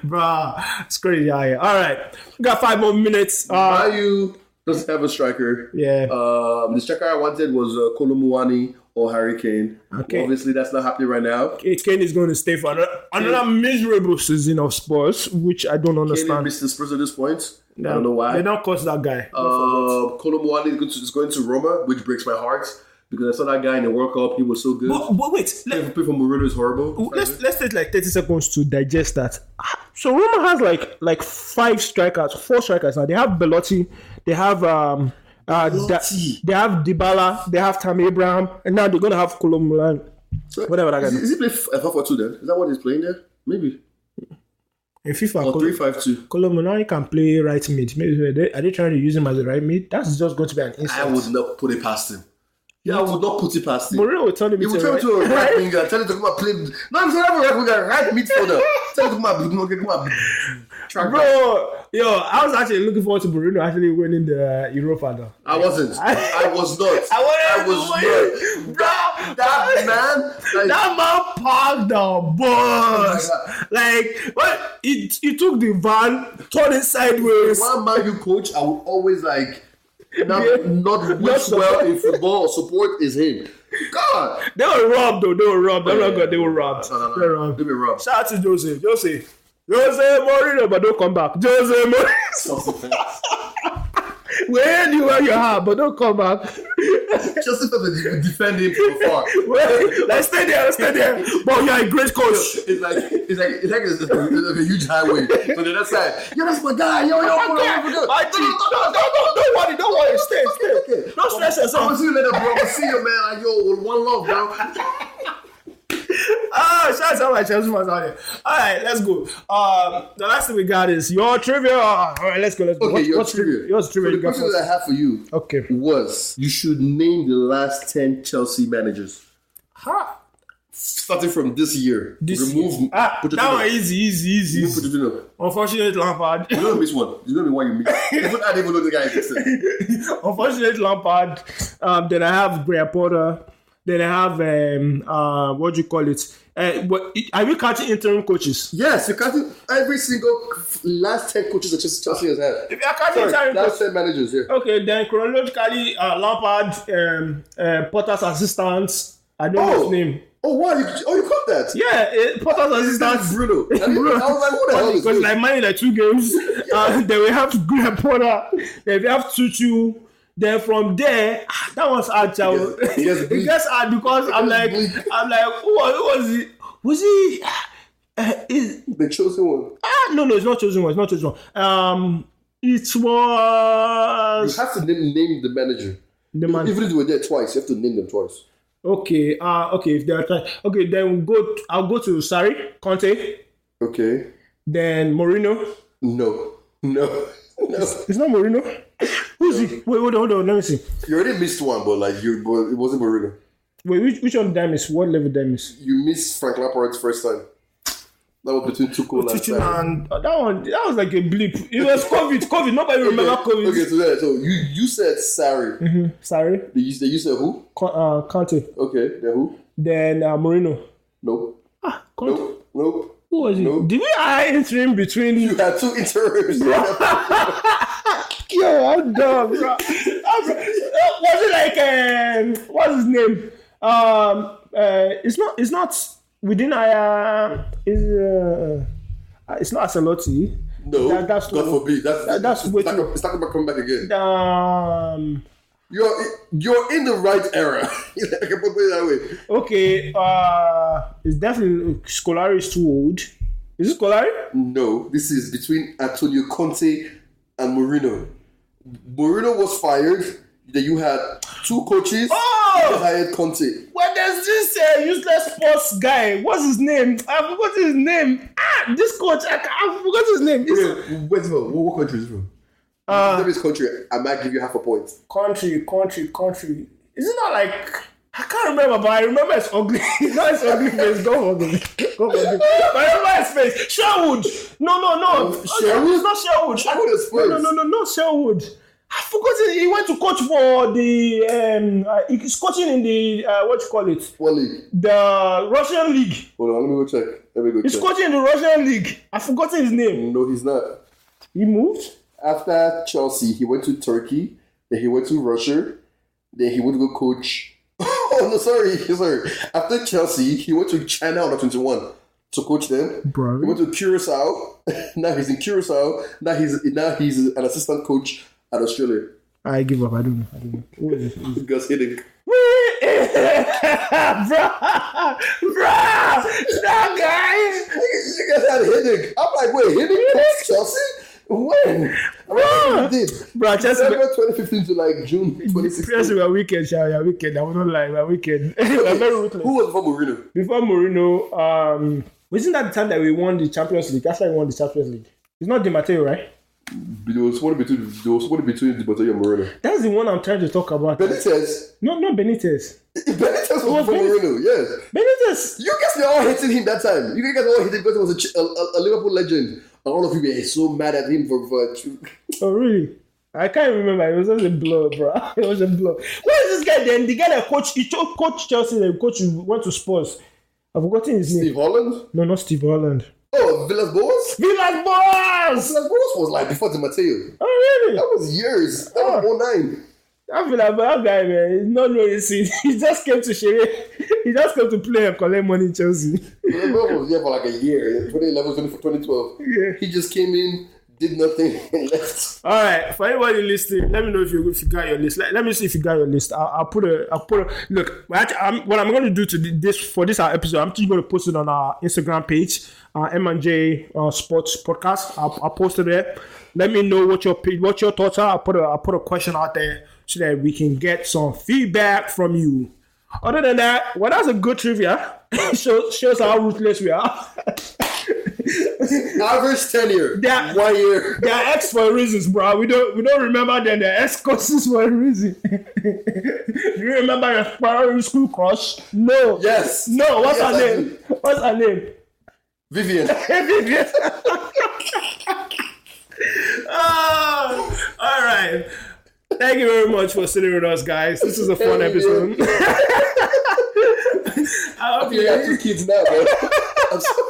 S2: bruh. It's crazy out here. All right, we got five more minutes. Uh,
S1: Ayu doesn't have a striker.
S2: yeah,
S1: Um, the striker I wanted was uh, Kolumuani or Harry Kane.
S2: Okay.
S1: Obviously, that's not happening right now.
S2: Kane Kane is going to stay for another, another miserable season of sports, which I don't
S1: Kane
S2: understand.
S1: missed the Spurs at this point. I don't know why.
S2: They don't cost that guy.
S1: Uh, Kolomwale is going to- is going to Roma, which breaks my heart because I saw that guy in the World Cup. He was so good.
S2: but, but wait, let,
S1: People from Mourinho is horrible.
S2: let's let's take like thirty seconds to digest that. Ah, So Roma has like like five strikers, four strikers now. They have Belotti, they have um uh Da-
S1: Belotti.
S2: they have Dybala, they have Tam Abraham, and now they're gonna have Colomulan.
S1: So,
S2: whatever that guy
S1: Is, is he playing f- a four for two then? Is that what he's playing there? Maybe
S2: In
S1: or three
S2: FIFA,
S1: five two.
S2: Colomulan can play right mid. Maybe are they, are they trying to use him as a right mid? That's just going to be an
S1: I
S2: insult.
S1: would not put it past him. Yeah, I would not put it past him.
S2: Mourinho will tell him
S1: He
S2: it's
S1: would
S2: a
S1: tell
S2: right.
S1: you to a
S2: <laughs>
S1: right winger, tell you to come and play. No, I'm saying right winger, right midfielder. Tell you to come and come and track back.
S2: Bro, yo, I was actually looking forward to Mourinho actually winning the uh, Europa though.
S1: I wasn't. I, was
S2: <laughs>
S1: not. I was not.
S2: bro. That,
S1: That man, like,
S2: that man parked the bus.
S1: Oh
S2: like what? He, he took the van, turned it sideways.
S1: one man you coach, I would always like not,
S2: <laughs> Yeah.
S1: not wish
S2: support.
S1: well in football or support is him. God,
S2: They were robbed though. They were robbed. I'm not gonna. They were robbed.
S1: no, no,
S2: They were
S1: no,
S2: robbed.
S1: Don't be robbed.
S2: Shout out to Jose. Jose. Jose Mourinho, but don't come back. Jose Mourinho, where you where you are, but don't come back.
S1: Just to defend him from far.
S2: Wait, like stay there, stay there. But you're a great coach.
S1: It's like it's like it's like, it's like, it's like a huge highway. So the other side, yo, that's my guy. Yo, yo,
S2: I
S1: yo, yo,
S2: can't.
S1: yo, yo.
S2: I did. Don't, don't, don't, don't worry, don't worry. Stay, stay. Don't stress
S1: I will
S2: yourself.
S1: see you later, bro. I will see you, man. Like, yo, with one love,
S2: <laughs>
S1: bro.
S2: Ah, shout out to all my Chelsea fans out there. All right, let's go. Um, the last thing we got is your trivia. All right, let's go. Let's go.
S1: Okay,
S2: What-
S1: your
S2: what's
S1: trivia.
S2: Yours trivia.
S1: So
S2: you
S1: the
S2: got
S1: question
S2: first.
S1: that I have for you
S2: Okay.
S1: was: you should name the last ten Chelsea managers
S2: Ha.
S1: starting from this year. Remove
S2: Ah,
S1: Pochettino.
S2: that one easy, easy, easy.
S1: Remove
S2: easy.
S1: Pochettino.
S2: Unfortunate Lampard. <laughs>
S1: You're gonna miss one. You're gonna be one you miss. Even I didn't even know the guy existed.
S2: Unfortunate Lampard. Um, then I have Graham Potter. Then I have um, uh, what do you call it? Uh, what, are we counting interim coaches?
S1: Yes, you can't. do- Every single last ten coaches that Chelsea Chelsea has had.
S2: If you are counting
S1: Sorry,
S2: interim coaches.
S1: last ten managers. Yeah.
S2: Okay, then chronologically, uh, Lampard, um, uh, Potter's assistant. I don't know
S1: Oh.
S2: his name.
S1: Oh wow! You, oh, you caught that.
S2: Yeah, uh, Potter's
S1: That's <laughs>
S2: assistant.
S1: Bruno. I mean, I was like, what the hell is
S2: Because
S1: this?
S2: like mine like two games. Uh, <laughs> then we have Graham Potter. Then we have Tutu. Then from there, ah, that was hard, child.
S1: Yes, yes,
S2: <laughs> it
S1: please.
S2: gets hard because I'm like,
S1: please.
S2: I'm like, who was, who was he? Was he? Uh, is,
S1: The chosen one.
S2: ah, no, no, it's not chosen one. It's not chosen one. Um, it
S1: You
S2: was
S1: have to name, name the manager.
S2: the man.
S1: Even if they were there twice, you have to name them twice.
S2: Okay, uh okay, if they are trying okay, then we'll go I'll go to Sari, Conte,
S1: Okay.
S2: then Moreno.
S1: No. No. <laughs> No.
S2: It's not Moreno. Who's he? Wait, hold on, hold on, let me see.
S1: You already missed one, but like you, but it wasn't Mourinho.
S2: Wait, which, which one damn is what level damn is?
S1: You missed Frank Lampard's first time. That was between Tuchel and
S2: Teaching
S1: Sarri.
S2: and uh, that one that was like a blip. It was COVID, COVID, nobody remember COVID. Mm-hmm.
S1: Okay, so yeah, so you you said Sarri.
S2: Sorry,
S1: They you, you said who?
S2: Con- uh, Conte,
S1: Okay, then who?
S2: then uh, Moreno.
S1: Nope.
S2: Ah, Conte.
S1: Nope. Nope.
S2: Who was it?
S1: Nope.
S2: Did we hire interim between
S1: You had two interims. <laughs>
S2: Yo, I'm done, bro. I'm- uh, was it like um, what's his name? Um, uh, it's not. It's not. We didn't hire. Is uh, uh, it's not Ancelotti.
S1: no.
S2: That- that's
S1: God
S2: not-
S1: forbid. That's,
S2: that- that's
S1: it's
S2: way
S1: not
S2: too-
S1: gonna- It's not gonna come back again.
S2: Um,
S1: You're you're in the right era. <laughs> I can put it that way.
S2: okay. Uh, it's definitely Scolari is too old. Is it Scolari?
S1: No, this is between Antonio Conte and Mourinho. Mourinho was fired. Then you had two coaches.
S2: Oh!
S1: You hired Conte.
S2: Well, there's this uh, useless sports guy. What's his name? I forgot his name. Ah, this coach. I, I forgot his name. It's-
S1: Wait, what, what country is from?
S2: Uh,
S1: Name his country. I might give you half a point.
S2: country, country, country. Is it not like I can't remember, but I remember it's ugly. <laughs> no, it's ugly face. Go for it. Go for it. But I remember his face. Sherwood. No, no, Oh, no.
S1: Um,
S2: Sherwood. It's not Sherwood.
S1: Sherwood is
S2: No, no,
S1: first.
S2: no, no, not Sherwood. I forgot it. He went to coach for the um. Uh, he's coaching in the uh, what you call it,
S1: What league?
S2: the Russian league.
S1: Hold on, let me go check. Let me go
S2: He's
S1: check.
S2: coaching in the Russian league. I forgot his name.
S1: No, he's not.
S2: He moved.
S1: After Chelsea, he went to Turkey. Then he went to Russia. Then he went to go <laughs> coach. oh no, sorry, sorry. After Chelsea, he went to China under twenty one. to coach them.
S2: Bro.
S1: He went to Curacao. <laughs> now he's in Curacao. Now he's now he's an assistant coach at Australia.
S2: I give up. I don't know. I don't know. Who is it?
S1: Gus Hiddink.
S2: bro, bro, that guy.
S1: You guys had Hiddink. I'm like, wait, Hiddink coached Chelsea? When? I remember he did.
S2: Bro, Chelsea,
S1: December 2015 to like June 2016. <laughs>
S2: Chelsea were wicked. Yeah, yeah, wicked. I was not like we're <laughs> wicked. we're very ruthless.
S1: Who was before Mourinho?
S2: Before Mourinho, um, wasn't that the time that we won the Champions League? That's why we won the Champions League. It's not Di Matteo, right?
S1: There was one between there was one between Di Matteo and Mourinho.
S2: That's the one I'm trying to talk about.
S1: Benitez. <laughs>
S2: no, not Benitez.
S1: Benitez was, before
S2: Benitez.
S1: Mourinho. Yes.
S2: Benitez.
S1: You guys were all hating him that time. You guys were all hating because he was a, ch- a, a- a Liverpool legend. And all of you were so mad at him for. for
S2: Oh, really? I can't remember. It was just a blur, bro. <laughs> It was a blur. What is this guy then? The guy that coached, he cho- coached Chelsea, then coach went to Spurs. I've forgotten his name.
S1: Steve Holland?
S2: No, not Steve Holland.
S1: Oh, Villas Boas?
S2: Villas Boas!
S1: Villas Boas was like before Di Matteo.
S2: Oh, really?
S1: That was years. That
S2: Ah.
S1: was 09.
S2: That Villas Boas guy, man, he's not really seen. <laughs> He just came to Shere. He just came to play and collect money in Chelsea. <laughs>
S1: Villas Boas was there for like a year, 2011, 20 2012.
S2: Yeah.
S1: He just came in, did nothing, <laughs> and left.
S2: All right, for anybody listening, let me know if you if you got your list. Let, let me see if you got your list. I'll, I'll put a I'll put a look. Actually, I'm, what I'm going to do to thi- this for this our episode, I'm just going to post it on our Instagram page, uh, M and J uh, Sports Podcast. I'll, I'll post it there. Let me know what your pi- what your thoughts are. I'll put a I'll put a question out there so that we can get some feedback from you. Other than that, well, that's a good trivia. <laughs> shows shows how ruthless we are. <laughs>
S1: Average tenure.
S2: Yeah.
S1: One year.
S2: They're ex for reasons, bro. We don't we don't remember them. They're ex courses for a reason. <laughs> Do you remember your primary school crush? No.
S1: Yes.
S2: No. What's
S1: Yes,
S2: her
S1: I
S2: name? What's her name?
S1: Vivian.
S2: <laughs> oh, all right. Thank you very much for sitting with us, guys. This is a fun episode.
S1: <laughs>
S2: <laughs> I hope
S1: You
S2: you
S1: got two kids now, bro. I'm sorry.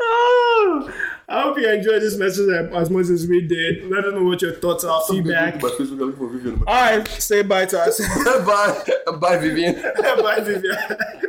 S2: Oh, I hope you enjoyed this message as much as we did. Let us know what your thoughts are, feedback.
S1: But please, we're looking for Vivian.
S2: All right, say bye to us.
S1: Bye. Bye, Vivian.
S2: <laughs> bye, Vivian.